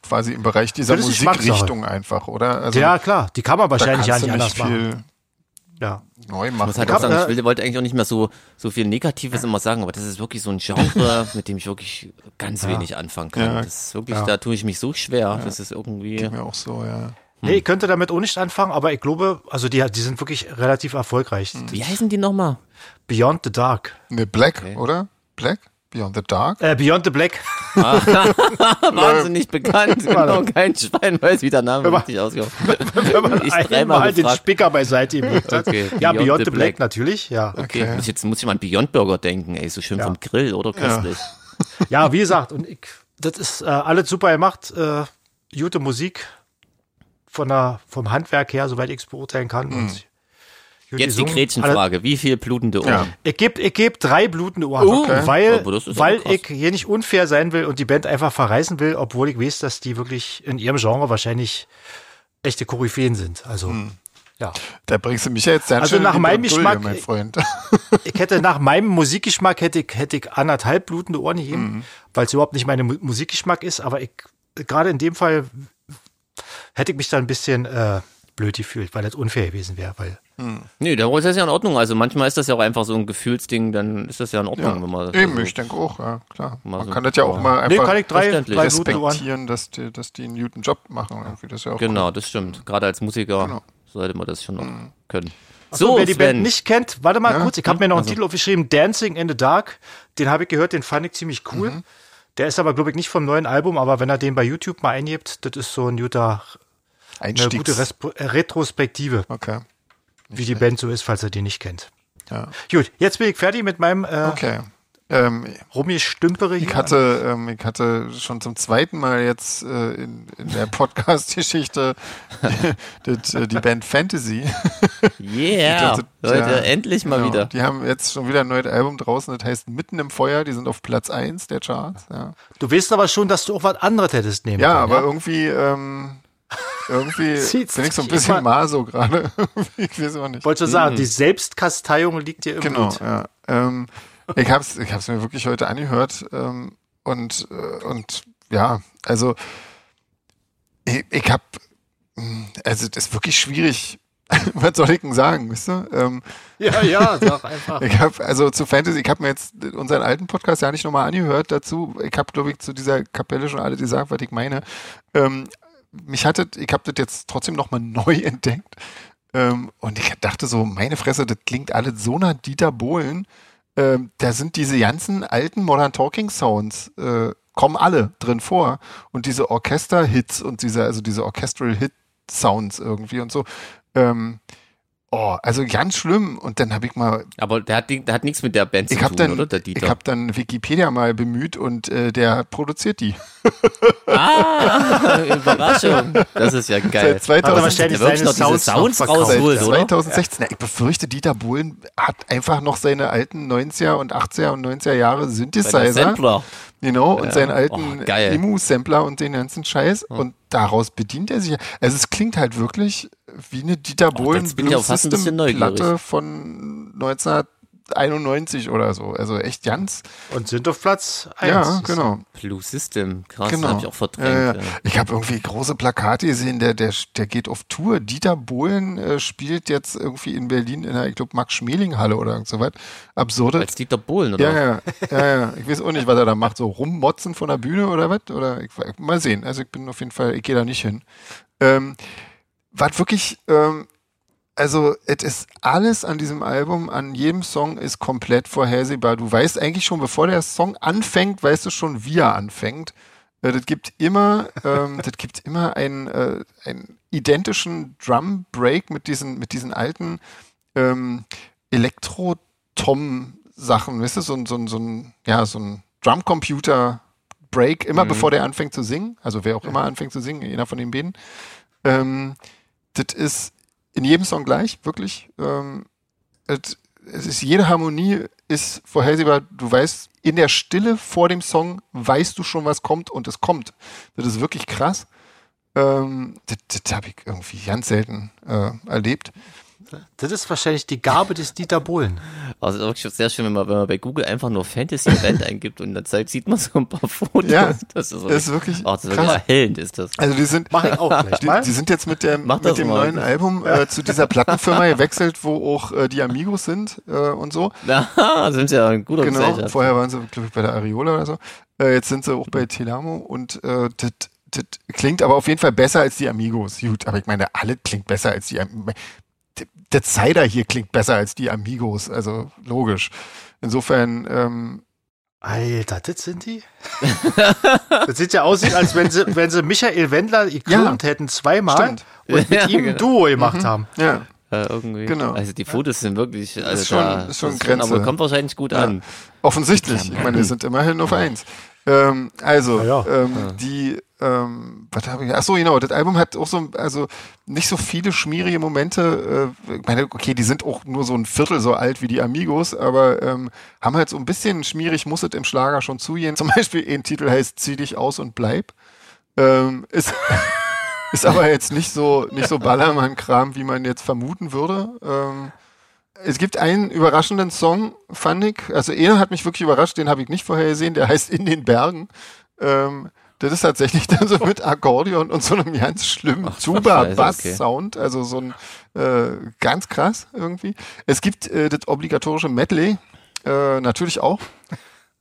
Speaker 1: quasi im Bereich dieser
Speaker 3: Das ist Geschmackssache.
Speaker 1: Musikrichtung einfach, oder? Also,
Speaker 3: ja, klar, die kann man
Speaker 1: da
Speaker 3: wahrscheinlich ja
Speaker 1: kannst
Speaker 3: nicht
Speaker 1: du nicht
Speaker 3: anders machen.
Speaker 1: viel
Speaker 3: Ja.
Speaker 1: neu
Speaker 2: Ich
Speaker 1: machen.
Speaker 2: muss halt auch
Speaker 3: hab,
Speaker 2: sagen, ich
Speaker 3: äh,
Speaker 2: will- wollte eigentlich auch nicht mehr so, so viel Negatives immer sagen, aber das ist wirklich so ein Genre, *laughs* mit dem ich wirklich ganz wenig anfangen kann. Das ist wirklich, da tue ich mich so schwer. Das ist irgendwie.
Speaker 1: Mir auch so, ja.
Speaker 3: Nee, ich könnte damit auch nicht anfangen, aber ich glaube, also die, die sind wirklich relativ erfolgreich.
Speaker 1: Hm.
Speaker 2: Wie heißen die nochmal?
Speaker 3: Beyond the Dark.
Speaker 1: Ne, Black, oder? Black? Beyond the Dark?
Speaker 3: Äh, Beyond
Speaker 1: *laughs*
Speaker 3: the Black.
Speaker 2: Wahnsinnig bekannt. Genau, kein Schwein weiß, wie der Name richtig aussieht.
Speaker 3: Wenn man
Speaker 2: Ich dreimal
Speaker 3: einmal den
Speaker 2: gefragt.
Speaker 3: Spicker
Speaker 1: *laughs*
Speaker 3: beiseite gelegt hat.
Speaker 2: Okay,
Speaker 3: ja, Beyond the Black, natürlich, ja.
Speaker 2: Okay, muss jetzt muss ich mal an Beyond Burger denken, ey, so schön vom Grill, oder? Köstlich.
Speaker 3: *laughs* Ja, wie gesagt, und ich, das ist äh, alles super gemacht. Äh, gute Musik von der, vom Handwerk her, soweit ich es beurteilen kann.
Speaker 1: Hm.
Speaker 3: Und gut
Speaker 2: Jetzt die
Speaker 3: gesungen. Alle-
Speaker 2: Gretchenfrage. Wie viel blutende Ohren?
Speaker 1: Ja.
Speaker 3: Ich gebe ich geb drei blutende Ohren, weil,
Speaker 2: Aber das ist
Speaker 3: weil
Speaker 2: aber krass.
Speaker 3: ich hier nicht unfair sein will und die Band einfach verreißen will, obwohl ich weiß, dass die wirklich in ihrem Genre wahrscheinlich echte Koryphäen sind. Also, ja.
Speaker 1: Da bringst du mich ja jetzt ganz
Speaker 3: Also
Speaker 1: schön in
Speaker 3: nach
Speaker 1: die
Speaker 3: meinem
Speaker 1: Bredouille,
Speaker 3: Geschmack-
Speaker 1: mein Freund.
Speaker 3: ich hätte nach meinem Musikgeschmack hätte ich, hätte ich anderthalb blutende Ohren gegeben, weil es überhaupt nicht mein Mu Musikgeschmack ist, aber ich gerade in dem Fall hätte ich mich da ein bisschen äh, blöd gefühlt, weil das unfair gewesen wäre, weil
Speaker 2: Nee, da ist das ja in Ordnung. Also manchmal ist das ja auch einfach so ein Gefühlsding, dann ist das ja in Ordnung, wenn man
Speaker 1: Eben,
Speaker 2: also,
Speaker 1: ich denke auch, ja, klar. Man
Speaker 2: so-
Speaker 1: kann das ja auch
Speaker 2: ja.
Speaker 1: mal
Speaker 3: nee,
Speaker 1: einfach
Speaker 3: kann ich drei,
Speaker 2: verständlich.
Speaker 3: drei blutende Ohren.
Speaker 1: respektieren, dass die, dass die einen guten Job machen. Irgendwie. Das ist ja auch
Speaker 2: Genau, das stimmt. Gerade als Musiker sollte man das schon noch können.
Speaker 3: So,
Speaker 2: So,
Speaker 3: wer die
Speaker 2: Sven,
Speaker 3: Band nicht kennt, warte mal
Speaker 1: Ja? hm? Also.
Speaker 3: kurz, ich habe mir noch einen Titel aufgeschrieben, Dancing in the Dark, den habe ich gehört, den fand ich ziemlich cool.
Speaker 1: Mhm.
Speaker 3: Der ist aber, glaube ich, nicht vom neuen Album, aber wenn er den bei YouTube mal eingibt, das ist so ein guter,
Speaker 1: cool.
Speaker 3: eine
Speaker 1: Einstiegs.
Speaker 3: gute Respo- äh, Retrospektive,
Speaker 1: okay.
Speaker 3: wie die Band so ist, falls ihr die nicht kennt.
Speaker 1: Ja.
Speaker 3: Gut, jetzt bin ich fertig mit meinem äh,
Speaker 1: Okay. Ähm,
Speaker 3: Rummi-Stümpere
Speaker 1: ich hatte, ähm, ich hatte schon zum zweiten Mal jetzt äh, in, in der Podcast-Geschichte *laughs* die, die, die Band Fantasy.
Speaker 2: Yeah,
Speaker 1: dachte,
Speaker 2: Leute,
Speaker 1: ja,
Speaker 2: endlich mal
Speaker 1: Genau.
Speaker 2: wieder.
Speaker 1: Die haben jetzt schon wieder ein neues Album draußen, das heißt Mitten im Feuer, die sind auf Platz 1 der Charts. Ja,
Speaker 3: Du weißt aber schon, dass du auch was anderes hättest nehmen
Speaker 1: ja
Speaker 3: können.
Speaker 1: aber irgendwie, ähm, irgendwie
Speaker 3: *laughs* Sieht's
Speaker 1: bin ich so ein
Speaker 3: nicht
Speaker 1: bisschen
Speaker 3: immer-
Speaker 1: maso gerade. *laughs* ich weiß auch nicht.
Speaker 3: Wolltest du sagen, die Selbstkasteiung liegt dir im
Speaker 1: Mhm. Genau,
Speaker 3: Blut.
Speaker 1: ja. Ähm, ich hab's, ich hab's mir wirklich heute angehört ähm, und, äh, und ja, also ich, ich hab, mh, also das ist wirklich schwierig. *laughs* Was soll ich denn sagen, wisst ihr? Ähm,
Speaker 3: Ja, ja, sag einfach.
Speaker 1: *laughs* ich hab, also zu Fantasy, ich habe mir jetzt unseren alten Podcast ja nicht nochmal angehört dazu. Ich habe, glaube ich, zu dieser Kapelle schon alle gesagt, was ich meine. Ähm, mich hatte, ich habe das jetzt trotzdem nochmal *laughs* neu entdeckt. Ähm, und ich dachte so, meine Fresse, das klingt alles so nach Dieter Bohlen. Ähm, da sind diese ganzen alten Modern Talking Sounds, äh, kommen alle drin vor. Und diese Orchester-Hits und diese, also diese Orchestral-Hit-Sounds irgendwie und so. Ähm, oh, also ganz schlimm. Und dann habe ich mal
Speaker 2: Aber der hat, die- der hat nichts mit der Band zu
Speaker 1: ich habe
Speaker 2: tun,
Speaker 1: dann,
Speaker 2: oder? Der Dieter.
Speaker 1: ich hab dann Wikipedia mal bemüht und äh, der produziert die.
Speaker 2: ah, *laughs* Überraschung. Das ist ja geil.
Speaker 1: Seit 2000,
Speaker 3: wahrscheinlich
Speaker 2: der wirklich
Speaker 3: seine
Speaker 2: noch diese
Speaker 3: Sounds noch
Speaker 2: Sounds
Speaker 3: verkauft.
Speaker 1: seit
Speaker 2: rausholt, Oh, oder?
Speaker 1: 2016. Na, ich befürchte, Dieter Bohlen hat einfach noch seine alten 90er und 80er und 90er Jahre
Speaker 2: Bei der
Speaker 1: Synthesizer.
Speaker 2: Sampler.
Speaker 1: Genau, und seinen
Speaker 2: Oh,
Speaker 1: alten
Speaker 2: geil. Hm.
Speaker 1: Emu-Sampler und den ganzen Scheiß. Und daraus bedient er sich. Also es klingt halt wirklich wie eine Dieter Bohlen
Speaker 2: Oh, jetzt bin ich auch fast ein bisschen neugierig.
Speaker 1: Platte von 1991 oder so. Also echt ganz.
Speaker 3: *laughs* Und sind auf Platz 1.
Speaker 1: Ja, genau.
Speaker 2: Blue System. Krass,
Speaker 1: Genau.
Speaker 2: habe ich auch verdrängt.
Speaker 1: Äh,
Speaker 2: ja.
Speaker 1: Ich habe irgendwie große Plakate gesehen, der, der, der geht auf Tour. Dieter Bohlen äh, spielt jetzt irgendwie in Berlin in der, ich glaube, Max-Schmeling-Halle oder irgend so was. Absurde.
Speaker 2: Als Dieter Bohlen, oder?
Speaker 1: Ja, ja, ja, ja. Ich weiß auch nicht, was er da macht. So rummotzen von der Bühne oder was? Oder ich, mal sehen. Also ich bin auf jeden Fall, ich gehe da nicht hin. Ähm, was wirklich, ähm, also es ist alles an diesem Album, an jedem Song ist komplett vorhersehbar. Du weißt eigentlich schon, bevor der Song anfängt, weißt du schon, wie er anfängt. Äh, Das gibt immer, ähm, das gibt immer einen, äh, einen identischen Drum Break mit diesen, mit diesen alten ähm, Elektro-Tom-Sachen, weißt du, so, ein- so, ein- so ein, ja, so ein Drumcomputer-Break, immer bevor der anfängt zu singen, also wer auch immer anfängt zu singen, einer von den beiden. Ähm, das ist in jedem Song gleich, wirklich. Ähm, es es ist, jede Harmonie ist vorhersehbar. Du weißt, in der Stille vor dem Song weißt du schon, was kommt und es kommt. Das ist wirklich krass. Ähm, das das habe ich irgendwie ganz selten äh, erlebt.
Speaker 3: Das ist wahrscheinlich die Gabe des Dieter Bohlen.
Speaker 2: Also wirklich sehr schön, wenn man, wenn man bei Google einfach nur Fantasy Band *laughs* eingibt und dann zeigt, sieht man so ein paar Fotos.
Speaker 1: Ja,
Speaker 2: das ist,
Speaker 1: Das ist wirklich
Speaker 2: oh, das ist
Speaker 1: krass.
Speaker 2: erhellend, ist das.
Speaker 1: Also die sind,
Speaker 3: Mach ich auch gleich
Speaker 1: die,
Speaker 3: mal.
Speaker 1: die sind jetzt mit, der,
Speaker 2: Mach
Speaker 1: mit
Speaker 2: das
Speaker 1: dem
Speaker 2: mal.
Speaker 1: neuen Album äh, zu dieser
Speaker 2: *laughs*
Speaker 1: Plattenfirma gewechselt, wo auch äh, die Amigos sind äh, und so.
Speaker 2: Na, sind sie ja *laughs* ein guter
Speaker 1: Genau,
Speaker 2: Gesellschaft.
Speaker 1: vorher waren sie, glaube ich, bei der Ariola oder so. Äh, jetzt sind sie auch bei Telamo und äh, das das klingt aber auf jeden Fall besser als die Amigos. Gut, aber ich meine, alle klingt besser als die Amigos. Der Cider hier klingt besser als die Amigos, also logisch. Insofern, ähm,
Speaker 3: Alter, das sind die? *laughs* das sieht ja aus, als wenn sie, wenn sie Michael Wendler geklont hätten zweimal
Speaker 1: Stimmt.
Speaker 3: und mit
Speaker 2: Ja,
Speaker 3: ihm ein
Speaker 2: genau.
Speaker 3: Duo gemacht haben.
Speaker 1: ja,
Speaker 2: Äh, irgendwie.
Speaker 1: Genau.
Speaker 2: Also die Fotos sind wirklich, also
Speaker 1: schon-
Speaker 2: da,
Speaker 1: ist schon
Speaker 2: das
Speaker 1: Grenze.
Speaker 2: aber kommt wahrscheinlich gut
Speaker 1: Ja.
Speaker 2: an.
Speaker 1: offensichtlich. Ich meine, wir sind immerhin auf eins. Ähm, also,
Speaker 3: Ja, ja.
Speaker 1: Ähm, die, ähm, was habe ich? Ach so, genau, das Album hat auch so, also nicht so viele schmierige Momente. Äh, ich meine, okay, die sind auch nur so ein Viertel so alt wie die Amigos, aber ähm, haben halt so ein bisschen schmierig, muss es im Schlager schon zugehen. *laughs* Zum Beispiel ein Titel heißt Zieh dich aus und bleib. Ähm, ist, ist aber jetzt nicht so, nicht so Ballermann-Kram, wie man jetzt vermuten würde. Ähm, es gibt einen überraschenden Song, fand ich. Also er hat mich wirklich überrascht, den habe ich nicht vorher gesehen, der heißt In den Bergen. Ähm, das ist tatsächlich *laughs* dann so mit Akkordeon und so einem ganz schlimmen
Speaker 2: Scheiße, okay.
Speaker 1: Tuba-Bass-Sound. Also so ein äh, ganz krass irgendwie. Es gibt äh, das obligatorische Medley, äh, natürlich auch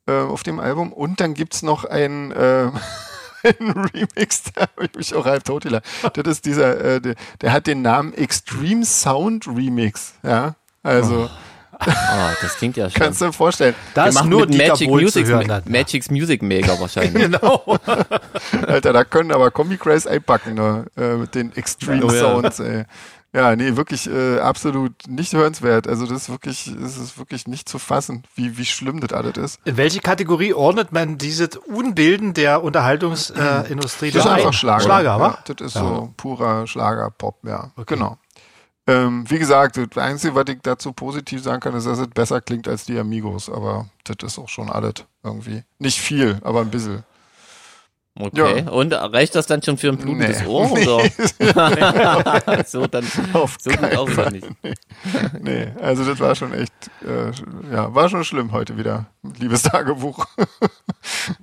Speaker 1: äh, auf dem Album. Und dann gibt's noch ein, äh, *laughs* ein Remix, *laughs* da habe ich mich auch halb tot gelacht. Das ist dieser, äh, der, der hat den Namen Extreme Sound Remix. Ja,
Speaker 2: Oh,
Speaker 1: also
Speaker 2: Ah, das klingt ja schön.
Speaker 1: kannst du dir vorstellen.
Speaker 3: Das
Speaker 2: Gemacht
Speaker 3: nur
Speaker 2: mit
Speaker 3: Dieter
Speaker 2: Magic
Speaker 3: Bohlen
Speaker 2: Music,
Speaker 3: zu hören.
Speaker 2: Ma-
Speaker 3: hat. *laughs*
Speaker 2: Magic's Music Maker wahrscheinlich.
Speaker 3: Genau.
Speaker 1: Alter, da können aber Kombi Craze einpacken, ne? äh, mit den Extreme
Speaker 2: Oh ja.
Speaker 1: Sounds, ey. Ja, nee, wirklich äh, absolut nicht hörenswert. Also das ist wirklich, es ist wirklich nicht zu fassen, wie, wie schlimm das alles ist.
Speaker 3: In welche Kategorie ordnet man dieses Unbilden der Unterhaltungsindustrie? Äh,
Speaker 1: das ist
Speaker 3: ein?
Speaker 1: einfach Schlager.
Speaker 3: Schlager, wa?
Speaker 1: ja, das ist so purer Schlagerpop, ja. Genau. Ähm, wie gesagt, das Einzige, was ich dazu positiv sagen kann, ist, dass es besser klingt als die Amigos, aber das ist auch schon alles irgendwie. Nicht viel, aber ein bisschen.
Speaker 2: Okay,
Speaker 1: *laughs* Ja.
Speaker 2: und reicht das dann schon für ein
Speaker 1: *laughs*
Speaker 2: blutendes
Speaker 1: Nee.
Speaker 2: Ohr? Oder? *laughs* so dann
Speaker 1: Auf
Speaker 2: so gut
Speaker 1: keinen
Speaker 2: auch wieder nicht.
Speaker 1: Nee, also das war schon echt, äh, ja, war schon schlimm heute wieder, liebes *laughs* Tagebuch.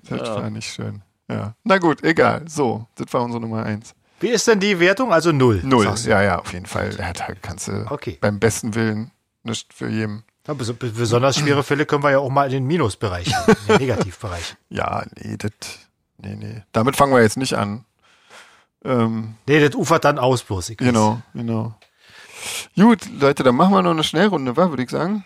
Speaker 1: das
Speaker 2: Ja.
Speaker 1: war nicht schön. Ja. Na gut, egal. So, das war unsere Nummer eins.
Speaker 3: Wie ist denn die Wertung? Also null.
Speaker 1: Null.
Speaker 3: sagst du.
Speaker 1: Ja, ja, auf jeden Fall. Ja, da kannst du
Speaker 3: Okay.
Speaker 1: beim besten Willen nicht für jeden.
Speaker 3: Ja, bes- bes- besonders schwere Fälle können wir ja auch mal in den Minusbereich, in den Negativbereich.
Speaker 1: Ja, nee, das. Nee, nee. Damit fangen wir jetzt nicht an. Ähm,
Speaker 3: Nee, das ufert dann aus bloß. Ich weiß.
Speaker 1: genau, genau. Gut, Leute, dann machen wir noch eine Schnellrunde, wa, würde ich sagen.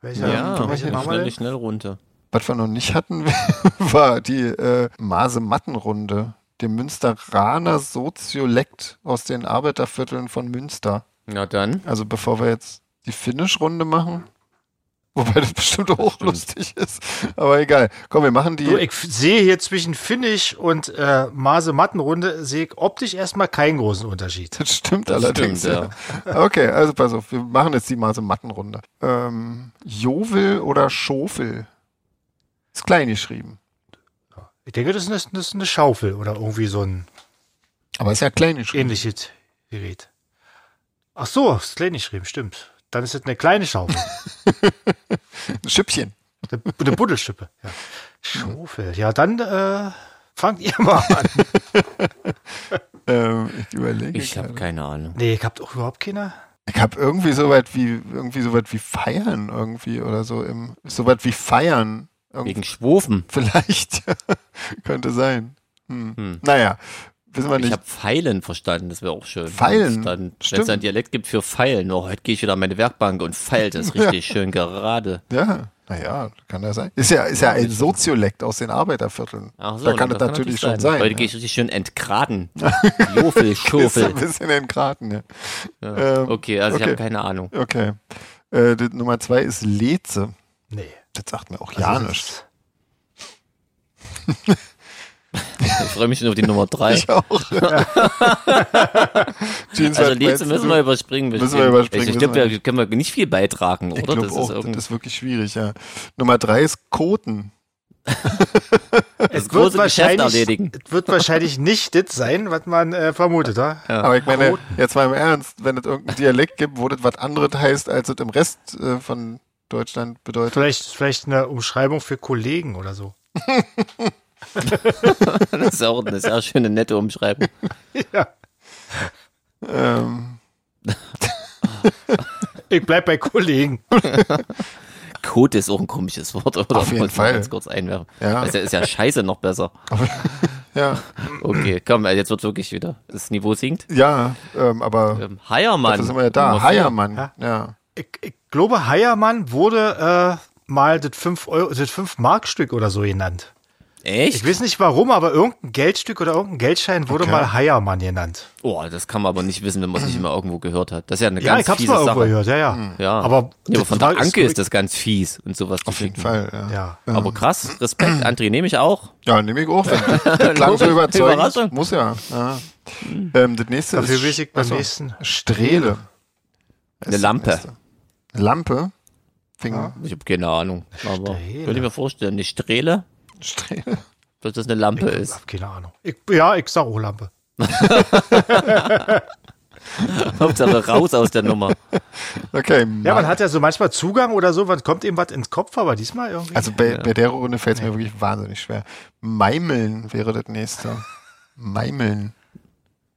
Speaker 3: Welche,
Speaker 2: Ja,
Speaker 3: welche
Speaker 2: schnell,
Speaker 3: machen wir
Speaker 2: schnell,
Speaker 3: denn?
Speaker 2: schnell runter.
Speaker 1: Was wir noch nicht hatten, *laughs* war die äh, Masemattenrunde. Der Münsteraner Soziolekt aus den Arbeitervierteln von Münster.
Speaker 2: Na dann.
Speaker 1: Also bevor wir jetzt die Finish-Runde machen, *laughs* wobei das bestimmt auch
Speaker 2: Stimmt.
Speaker 1: lustig ist, aber egal. Komm, wir machen die.
Speaker 3: Du, ich f- sehe hier zwischen Finnisch und äh, Masemattenrunde sehe ich optisch erstmal keinen großen Unterschied.
Speaker 1: das stimmt
Speaker 2: Das
Speaker 1: allerdings.
Speaker 2: stimmt,
Speaker 1: ja. Okay, also pass auf, wir machen jetzt die Masemattenrunde. Ähm, Jovel oder Schofel? Ist klein geschrieben.
Speaker 3: Ich denke, das ist eine, das ist eine Schaufel oder irgendwie so ein
Speaker 1: Aber ist ja klein geschrieben.
Speaker 3: ähnliches Gerät. Ach so, ist klein geschrieben, stimmt. Dann ist das eine kleine Schaufel.
Speaker 1: Ein Schüppchen.
Speaker 3: Eine, eine Buddelschippe. Ja. Schaufel. Ja, dann äh, fangt ihr mal an.
Speaker 1: Ähm, ich überlege.
Speaker 2: Ich habe
Speaker 1: gerade.
Speaker 2: keine Ahnung.
Speaker 3: Nee, ich habt auch überhaupt keine.
Speaker 1: Ich habe irgendwie so weit wie irgendwie so weit wie feiern irgendwie oder so im so weit wie feiern irgendwie
Speaker 2: Wegen Schwufen.
Speaker 1: *laughs* vielleicht *laughs* könnte sein. Hm.
Speaker 2: Hm.
Speaker 1: Naja, wissen wir
Speaker 2: Ich
Speaker 1: nicht.
Speaker 2: habe Pfeilen verstanden, das wäre auch schön.
Speaker 1: Pfeilen?
Speaker 2: Wenn's Dann, wenn
Speaker 1: Stimmt.
Speaker 2: es ein Dialekt gibt für Pfeilen. Oh, heute gehe ich wieder an meine Werkbank und
Speaker 1: *laughs*
Speaker 2: feilt es richtig schön gerade.
Speaker 1: Ja, naja, kann ja sein. Ist ja ist ja ein Soziolekt aus den Arbeitervierteln.
Speaker 2: Ach so,
Speaker 1: da kann
Speaker 2: das
Speaker 1: es natürlich schon sein. ne?
Speaker 2: Heute
Speaker 1: ja.
Speaker 2: gehe ich richtig schön
Speaker 1: *laughs*
Speaker 2: entgraden. Jofel,
Speaker 1: ist ein
Speaker 2: Schofel.
Speaker 1: bisschen in Graten, ja.
Speaker 2: Ja.
Speaker 1: ähm,
Speaker 2: Okay, also ich
Speaker 1: okay.
Speaker 2: habe keine Ahnung.
Speaker 1: Okay. Äh, die Nummer zwei ist Leze.
Speaker 3: Nee.
Speaker 1: Das sagt mir auch
Speaker 2: Also
Speaker 1: ja nichts.
Speaker 2: Ich freue mich schon auf die Nummer drei.
Speaker 1: Ich
Speaker 2: *laughs*
Speaker 1: auch. *laughs* Jeans,
Speaker 2: Also
Speaker 1: was
Speaker 2: Leeds
Speaker 1: meinst
Speaker 2: müssen
Speaker 1: du?
Speaker 2: wir überspringen.
Speaker 1: Müssen wir
Speaker 2: bestimmt. Also
Speaker 1: überspringen,
Speaker 2: Ich
Speaker 1: müssen
Speaker 2: glaube,
Speaker 1: wir.
Speaker 2: da können wir nicht viel beitragen,
Speaker 1: Ich
Speaker 2: oder?
Speaker 1: glaube
Speaker 2: Das ist
Speaker 1: auch, das
Speaker 2: irgendwie
Speaker 1: ist wirklich schwierig, ja. Nummer drei ist Koten.
Speaker 3: Es
Speaker 2: große
Speaker 3: wird
Speaker 2: Geschäft
Speaker 3: wahrscheinlich,
Speaker 2: erledigen.
Speaker 3: es wird wahrscheinlich nicht das sein, was man äh, vermutet, oder?
Speaker 2: Ja.
Speaker 1: Aber ich meine, jetzt mal im Ernst, wenn es irgendeinen Dialekt gibt, wo das was anderes heißt, als es im Rest äh, von Deutschland bedeutet.
Speaker 3: Vielleicht, vielleicht eine Umschreibung für Kollegen oder so.
Speaker 2: *laughs* das ist auch eine sehr schöne, nette Umschreibung.
Speaker 3: *laughs* Ja.
Speaker 1: Ähm,
Speaker 3: Ich bleib bei Kollegen.
Speaker 2: Code ist auch ein komisches Wort, oder?
Speaker 1: Auf jeden
Speaker 2: Muss man
Speaker 1: Fall.
Speaker 2: Ganz kurz einwerfen.
Speaker 1: Ja.
Speaker 2: Das ist ja- ist ja scheiße noch besser.
Speaker 1: ja,
Speaker 2: Okay, komm, also jetzt wird wirklich wieder. Das Niveau sinkt.
Speaker 1: ja, ähm, aber
Speaker 2: Ähm, Heiermann.
Speaker 1: dafür sind wir ja
Speaker 2: Nummer
Speaker 1: da.
Speaker 2: vier.
Speaker 1: Heiermann, ja.
Speaker 3: Ja. Ich, ich glaube, Heiermann wurde äh, mal das 5-Mark-Stück oder so genannt. Ich
Speaker 2: Echt?
Speaker 3: weiß nicht warum, aber irgendein Geldstück oder irgendein Geldschein wurde
Speaker 1: Okay.
Speaker 3: mal Heiermann genannt.
Speaker 2: Oh, das kann man aber nicht wissen, wenn man es nicht mal irgendwo gehört hat. Das ist ja eine
Speaker 3: Ja,
Speaker 2: ganz
Speaker 3: ich hab's
Speaker 2: fiese
Speaker 3: mal irgendwo
Speaker 2: Sache. Hm.
Speaker 3: gehört, ja, ja.
Speaker 2: Ja.
Speaker 3: Aber,
Speaker 2: ja, aber
Speaker 3: das
Speaker 2: von der
Speaker 3: war-
Speaker 2: Anke ist das ganz fies und sowas.
Speaker 1: Auf jeden Fall, ja. Ja,
Speaker 3: Ja.
Speaker 2: Aber krass, Respekt, André, nehme ich auch.
Speaker 1: nehme ich auch. Wenn das
Speaker 2: *laughs*
Speaker 1: klang so
Speaker 2: Überraschung. Hm.
Speaker 1: überzeugend. Muss ja. ja. Ähm, das nächste
Speaker 3: Dafür
Speaker 1: ist
Speaker 3: weiß ich beim
Speaker 1: Achso.
Speaker 3: nächsten.
Speaker 1: Strehle.
Speaker 2: Eine Lampe.
Speaker 1: Lampe? Finger.
Speaker 2: Ich habe keine Ahnung. Aber
Speaker 3: Strähle.
Speaker 2: könnte ich mir vorstellen, eine Strähle,
Speaker 1: Strehle.
Speaker 2: dass das eine Lampe ist. *laughs*
Speaker 3: Hab keine Ahnung. Ich, ja, ich sag auch Lampe.
Speaker 2: Hauptsache raus aus der Nummer.
Speaker 1: Okay.
Speaker 3: Ja, man
Speaker 1: Mann.
Speaker 3: hat ja so manchmal Zugang oder so, wann kommt eben was ins Kopf, aber diesmal irgendwie.
Speaker 1: Also bei, bei der Runde fällt es mir wirklich wahnsinnig schwer. Meimeln wäre das nächste. Meimeln.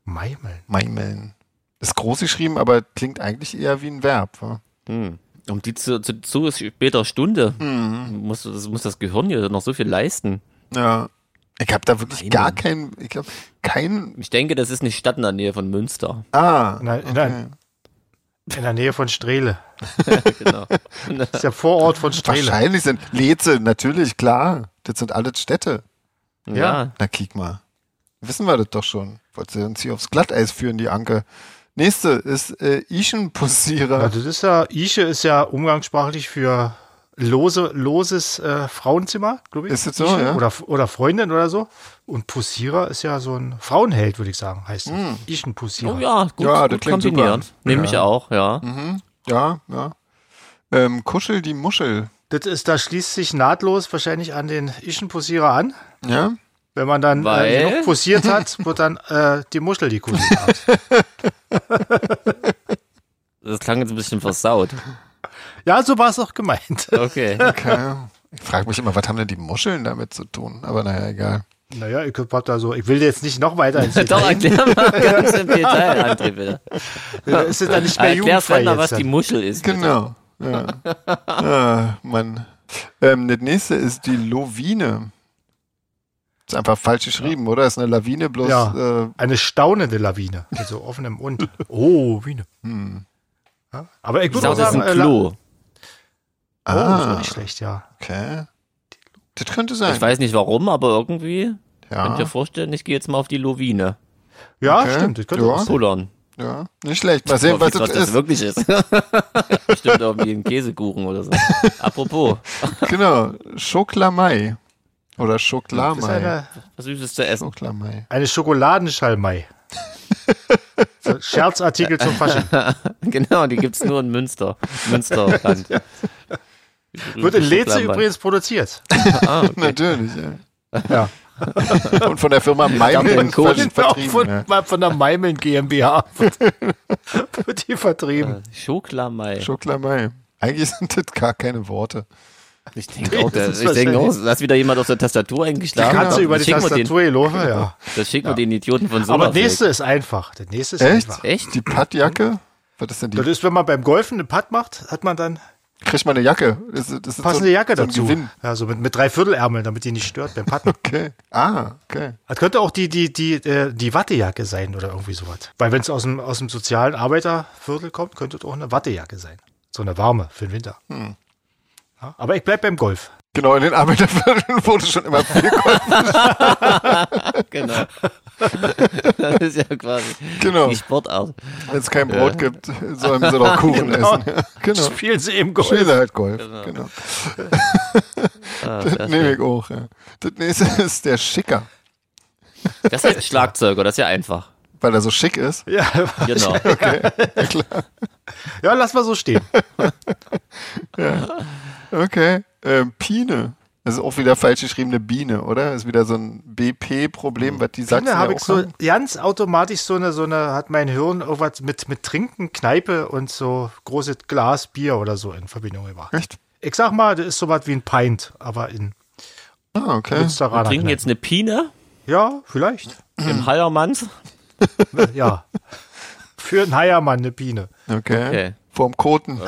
Speaker 3: Meimeln.
Speaker 1: Meimeln. Ist groß geschrieben, aber klingt eigentlich eher wie ein Verb. wa?
Speaker 2: Hm. Um die zu, zu, zu später Stunde
Speaker 1: Mhm.
Speaker 2: muss, das, muss das Gehirn hier noch so viel leisten.
Speaker 1: Ja. Ich habe da wirklich
Speaker 2: Meimeln.
Speaker 1: gar kein, ich glaube, kein,
Speaker 2: Ich denke, das ist eine Stadt in der Nähe von Münster.
Speaker 1: ah,
Speaker 3: In der, in, der, in der Nähe von Strehle.
Speaker 2: *laughs* genau.
Speaker 3: Das *laughs* ist der Vorort von Strehle.
Speaker 1: wahrscheinlich sind Leze, natürlich, klar. Das sind alles Städte.
Speaker 2: Ja.
Speaker 1: Na, kick mal. Wissen wir das doch schon. Wollt sie uns hier aufs Glatteis führen, die Anke? Nächste ist äh, Ischenpussierer.
Speaker 3: Ja, Also das ist ja, Ische ist ja umgangssprachlich für lose, loses äh, Frauenzimmer, glaube ich.
Speaker 1: Ist das so,
Speaker 3: Ische
Speaker 1: ja?
Speaker 3: Oder, oder Freundin oder so. Und Pussierer ist ja so ein Frauenheld, würde ich sagen, heißt es.
Speaker 1: Hm.
Speaker 3: Mm. Ischenpussierer.
Speaker 2: Oh ja, gut,
Speaker 1: Ja, das
Speaker 2: gut
Speaker 1: klingt super.
Speaker 2: kombiniert. Nehme ich
Speaker 1: Ja.
Speaker 2: auch, ja.
Speaker 1: Mhm. Ja, ja. Ähm, Kuschel die Muschel.
Speaker 3: Das ist, da schließt sich nahtlos wahrscheinlich an den Ischenpussierer an.
Speaker 1: Ja?
Speaker 3: Wenn man dann
Speaker 2: Weil?
Speaker 3: äh, genug posiert hat, wird dann äh, die Muschel die Kugel gehabt.
Speaker 2: *laughs* Das klang jetzt ein bisschen *laughs* versaut.
Speaker 3: Ja, so war es auch gemeint.
Speaker 2: Okay.
Speaker 1: Keine Ich frage mich immer, was haben denn die Muscheln damit zu tun? Aber naja, egal.
Speaker 3: Naja, ich hab da so, ich will jetzt nicht noch
Speaker 2: *laughs*
Speaker 3: weiter ins
Speaker 2: Doch,
Speaker 3: Detail.
Speaker 2: erklär mal ganz im Detail, André, bitte.
Speaker 3: Da ist es dann nicht mehr
Speaker 2: Ah, Erklär
Speaker 3: jugendfrei
Speaker 2: Sven mal, was
Speaker 3: jetzt.
Speaker 2: die
Speaker 3: Dann.
Speaker 2: Muschel ist. bitte.
Speaker 1: Genau. Ja. ah, Mann. Ähm, das nächste ist die Lovine. Ist einfach falsch geschrieben, oder? Ist eine Lawine bloß.
Speaker 3: Ja.
Speaker 1: Äh,
Speaker 3: Eine staunende Lawine, mit so offenem
Speaker 2: *laughs*
Speaker 3: Mund. Oh, Wiener.
Speaker 1: hm.
Speaker 3: Ja? Aber ich
Speaker 2: Ich
Speaker 3: würde auch
Speaker 2: sag, das ist
Speaker 3: sagen,
Speaker 2: ein
Speaker 3: äh, La- oh,
Speaker 2: Klo. Oh,
Speaker 3: das ist auch
Speaker 1: Ah,
Speaker 3: nicht schlecht, ja.
Speaker 1: okay. Das könnte sein.
Speaker 2: Ich weiß nicht warum, aber irgendwie könnt ihr
Speaker 1: ja,
Speaker 2: vorstellen, ich gehe jetzt mal auf die Lovine.
Speaker 3: Ja,
Speaker 1: Okay.
Speaker 3: stimmt, das könnte
Speaker 1: Ja.
Speaker 3: auch sein.
Speaker 2: Solon.
Speaker 1: ja, nicht schlecht. Mal sehen,
Speaker 2: Mal
Speaker 1: was
Speaker 2: gucken,
Speaker 1: das ist. *laughs*
Speaker 2: wirklich ist. Bestimmt irgendwie ein Käsekuchen oder so. Apropos,
Speaker 1: Genau. Schoklamai. Oder
Speaker 3: Das ist
Speaker 1: Schoklamai.
Speaker 3: eine,
Speaker 2: was Süßes zu essen. *laughs*
Speaker 1: Schoklamai. *laughs*
Speaker 3: eine Schokoladenschalmei. So, Scherzartikel zum Fasching.
Speaker 2: Genau, die gibt's nur in Münster. Münsterland.
Speaker 3: Wird in Leze übrigens produziert.
Speaker 2: Ah, okay.
Speaker 1: *laughs* Natürlich, ja.
Speaker 3: Ja.
Speaker 1: *laughs* Und von der Firma Maimeln
Speaker 2: den Code
Speaker 1: vertrieben,
Speaker 3: Auch von,
Speaker 1: ja.
Speaker 3: von der Meimeln GmbH *laughs* wird, wird die vertrieben.
Speaker 2: Schoklamai.
Speaker 1: Schoklamai. Eigentlich *laughs* sind das gar keine Worte.
Speaker 2: Ich denke auch,
Speaker 3: *laughs* Das
Speaker 2: das,
Speaker 3: ist
Speaker 2: ich denke auch, da ist wieder jemand auf der Tastatur eingeschlagen.
Speaker 3: Katze
Speaker 1: genau.
Speaker 2: Ja,
Speaker 3: über
Speaker 2: das
Speaker 3: die
Speaker 2: schicken wir den,
Speaker 3: Tastatur gelaufen, ja.
Speaker 2: Das schicken wir den Idioten von so
Speaker 3: Aber das nächste ist einfach. Das nächste ist
Speaker 1: Echt?
Speaker 3: einfach.
Speaker 2: Echt?
Speaker 1: Die Pattjacke? Was ist denn
Speaker 3: Das
Speaker 1: die?
Speaker 3: ist, wenn man beim Golfen einen Putt macht, hat man dann
Speaker 1: Kriegt man eine Jacke? Das, ist- das ist
Speaker 3: passende
Speaker 1: so, ein-
Speaker 3: Jacke
Speaker 1: so ein
Speaker 3: dazu.
Speaker 1: Gewinn.
Speaker 3: Also mit, mit drei Viertelärmeln, damit die nicht stört beim Putten.
Speaker 1: Okay. Ah, okay.
Speaker 3: Das könnte auch die, die, die, äh, die Wattejacke sein oder irgendwie sowas. Weil wenn es aus dem, aus dem sozialen Arbeiterviertel kommt, könnte es auch eine Wattejacke sein. So eine warme für den Winter.
Speaker 1: Hm.
Speaker 3: Ja, aber ich bleib beim Golf.
Speaker 1: Genau, in den Arbeitervierteln *laughs* wurde schon immer viel.
Speaker 2: Genau. *laughs* das ist ja quasi
Speaker 1: Genau.
Speaker 2: die Sportart.
Speaker 1: Wenn es kein Brot gibt, sollen sie doch Kuchen essen. *laughs* Ja, genau.
Speaker 3: Spielen sie im Golf.
Speaker 1: Spielen sie halt Golf. Genau.
Speaker 2: Ah,
Speaker 1: das nehme ich auch. Ja. Das nächste *laughs* ist der Schicker,
Speaker 2: Das heißt Schlagzeuger, das ist ja einfach.
Speaker 1: weil er so schick ist.
Speaker 3: Ja,
Speaker 2: Genau.
Speaker 3: *laughs* ja, lass mal
Speaker 1: *laughs*
Speaker 3: so stehen.
Speaker 1: Okay. Ähm, Pine. Das ist auch wieder falsch geschriebene Biene, oder? Das ist wieder so ein
Speaker 2: Hm.
Speaker 1: BP-Problem, was die Sachsen
Speaker 3: Da
Speaker 1: ja
Speaker 3: habe ich
Speaker 1: auch
Speaker 3: so
Speaker 1: haben.
Speaker 3: ganz automatisch so eine, so eine, hat mein Hirn irgendwas mit, mit Trinken, Kneipe und so großes Glas Bier oder so in Verbindung gebracht.
Speaker 1: Echt?
Speaker 3: Ich sag mal, das ist sowas wie ein Pint, aber in
Speaker 1: Ah, okay.
Speaker 2: Wir
Speaker 3: Münsteraner.
Speaker 2: trinken
Speaker 3: Kneipe.
Speaker 2: jetzt eine Pine
Speaker 3: Ja,
Speaker 2: *laughs*
Speaker 3: vielleicht.
Speaker 2: im Heiermanns.
Speaker 3: Ja. Für einen Heiermann eine Biene.
Speaker 1: Okay.
Speaker 2: Okay. Äh,
Speaker 1: Vorm Koten.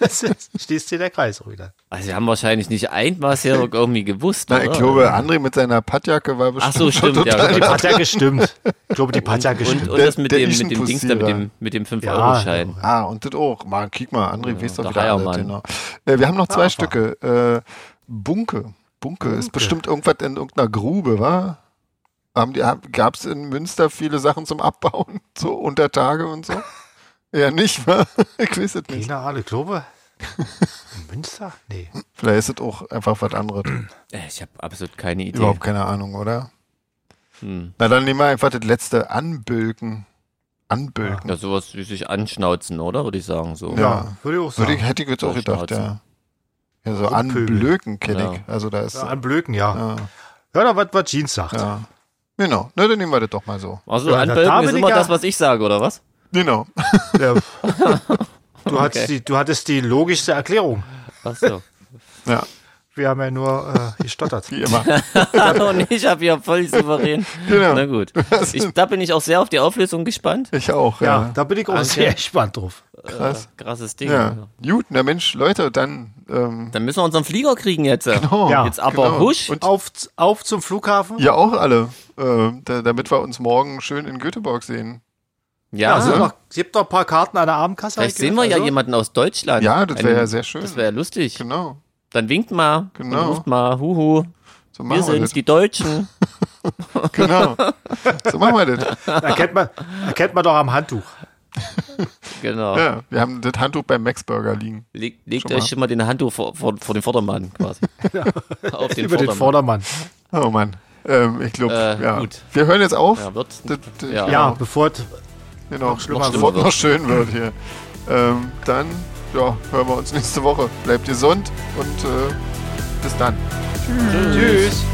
Speaker 3: Das ist- *laughs* Schließt dir der Kreis auch wieder.
Speaker 2: Also, wir haben wahrscheinlich nicht ein Maß hier irgendwie gewusst.
Speaker 1: Na, ich
Speaker 2: oder?
Speaker 1: glaube, André mit seiner Pattjacke war bestimmt
Speaker 2: äh, Ach so,
Speaker 1: schon
Speaker 2: stimmt, ja,
Speaker 1: total
Speaker 3: Die
Speaker 2: genau.
Speaker 3: hat ja gestimmt. Ich glaube, die hat ja
Speaker 2: Und,
Speaker 3: gestimmt.
Speaker 2: und
Speaker 1: Der-
Speaker 2: das mit
Speaker 1: der
Speaker 2: dem, mit dem Dings da, mit
Speaker 1: Ischenpussierer.
Speaker 2: dem, mit dem
Speaker 3: Ja,
Speaker 2: 5-Euro-Schein.
Speaker 1: Ah, und das auch. Mal, kick mal, André, ja, weißt doch
Speaker 2: der
Speaker 1: wieder alles.
Speaker 2: Heiermann.
Speaker 1: Genau. Äh, wir haben noch zwei
Speaker 3: Ah,
Speaker 1: Stücke. Äh, Bunke. Bunke. Ist bestimmt irgendwas in irgendeiner Grube, wa? Haben die, Gab es in Münster viele Sachen zum Abbauen? *laughs* So unter Tage
Speaker 3: *laughs*
Speaker 1: und so? Ja, nicht, wa? *laughs* Ich weiß es nicht.
Speaker 3: Lena Ahle Klobe? Münster? Nee.
Speaker 1: Vielleicht ist es auch einfach was anderes.
Speaker 2: Äh, Ich habe absolut keine Idee.
Speaker 1: Überhaupt keine Ahnung, oder?
Speaker 2: Hm.
Speaker 1: Na, dann nehmen wir einfach das letzte. Anbülken. Anbülken.
Speaker 2: Ja, sowas wie sich anschnauzen, oder? Würde ich sagen. So.
Speaker 3: Ja,
Speaker 1: Ja.
Speaker 3: würde ich auch
Speaker 1: Würde
Speaker 3: sagen.
Speaker 1: ich, hätte ich jetzt auch
Speaker 2: Voll
Speaker 1: gedacht, ja.
Speaker 2: Schnauze.
Speaker 1: Ja, so
Speaker 3: Rumpöbel.
Speaker 1: anblöken kenne ich.
Speaker 2: Ja.
Speaker 1: Also da ist.
Speaker 3: ja, an Blöken, ja.
Speaker 1: Ja,
Speaker 3: Hör da, was, was Jeans sagt.
Speaker 1: ja. Genau. Na, dann nehmen wir das doch mal so.
Speaker 2: Also,
Speaker 3: Ja, da- da
Speaker 2: Anbölken ist
Speaker 3: bin ich
Speaker 2: immer
Speaker 3: ja-
Speaker 2: das, was ich sage, oder was?
Speaker 1: Genau.
Speaker 3: Ja. Du, hattest die, du hattest die logischste Erklärung.
Speaker 2: Ach so.
Speaker 1: Ja,
Speaker 3: Wir haben ja nur äh, gestottert.
Speaker 1: wie immer.
Speaker 2: Und ich habe *laughs* ja voll souverän.
Speaker 1: Genau.
Speaker 2: Na gut. Ich, da bin ich auch sehr auf die Auflösung gespannt.
Speaker 1: *laughs* Ich auch,
Speaker 3: Ja,
Speaker 1: ja.
Speaker 3: da bin ich auch
Speaker 2: Danke.
Speaker 3: sehr gespannt drauf.
Speaker 1: Krass.
Speaker 2: Äh, krasses Ding.
Speaker 1: Ja. Gut, na Mensch, Leute, dann. Ähm,
Speaker 2: Dann müssen wir unseren Flieger kriegen jetzt. äh.
Speaker 1: genau.
Speaker 3: Ja.
Speaker 2: Jetzt aber
Speaker 1: Genau.
Speaker 2: husch.
Speaker 1: Und-
Speaker 3: Auf, auf zum Flughafen.
Speaker 1: Ihr auch alle. ähm, da, damit wir uns morgen schön in Göteborg sehen.
Speaker 2: ja,
Speaker 3: Also noch, es gibt noch ein paar Karten an der Abendkasse.
Speaker 2: vielleicht
Speaker 3: hab ich
Speaker 2: sehen wir
Speaker 3: gehört,
Speaker 2: ja
Speaker 3: also.
Speaker 2: jemanden aus Deutschland.
Speaker 1: Ja, das wäre
Speaker 2: Einen-
Speaker 1: ja sehr schön.
Speaker 2: Das wäre ja lustig.
Speaker 1: Genau.
Speaker 2: Dann winkt mal
Speaker 1: Genau.
Speaker 2: und ruft mal, huhu,
Speaker 1: So
Speaker 2: wir
Speaker 1: machen wir,
Speaker 2: sind's,
Speaker 1: das.
Speaker 2: die Deutschen. *laughs*
Speaker 1: genau. So machen wir das.
Speaker 3: Erkennt Also, man, erkennt man doch am Handtuch.
Speaker 2: Genau.
Speaker 1: Ja, wir haben das Handtuch beim Max Burger liegen.
Speaker 2: Leg, legt
Speaker 1: Schon mal.
Speaker 2: euch schon mal den Handtuch vor, vor, vor den Vordermann
Speaker 1: *laughs*
Speaker 2: quasi. Auf den
Speaker 3: Über den
Speaker 2: Vordermann.
Speaker 3: Vordermann.
Speaker 1: Oh Mann. Ähm, ich glaube,
Speaker 2: Äh,
Speaker 1: ja.
Speaker 2: gut.
Speaker 1: Wir hören jetzt auf.
Speaker 2: Ja, wird.
Speaker 1: Das, das,
Speaker 2: Ja.
Speaker 3: Ja,
Speaker 1: Genau,
Speaker 3: bevor es
Speaker 1: genau. Noch,
Speaker 3: schlimmer
Speaker 1: bevor
Speaker 2: wird.
Speaker 1: noch schön wird hier. Ähm, dann ja, hören wir uns nächste Woche. Bleibt gesund und äh, bis dann. Tschüss.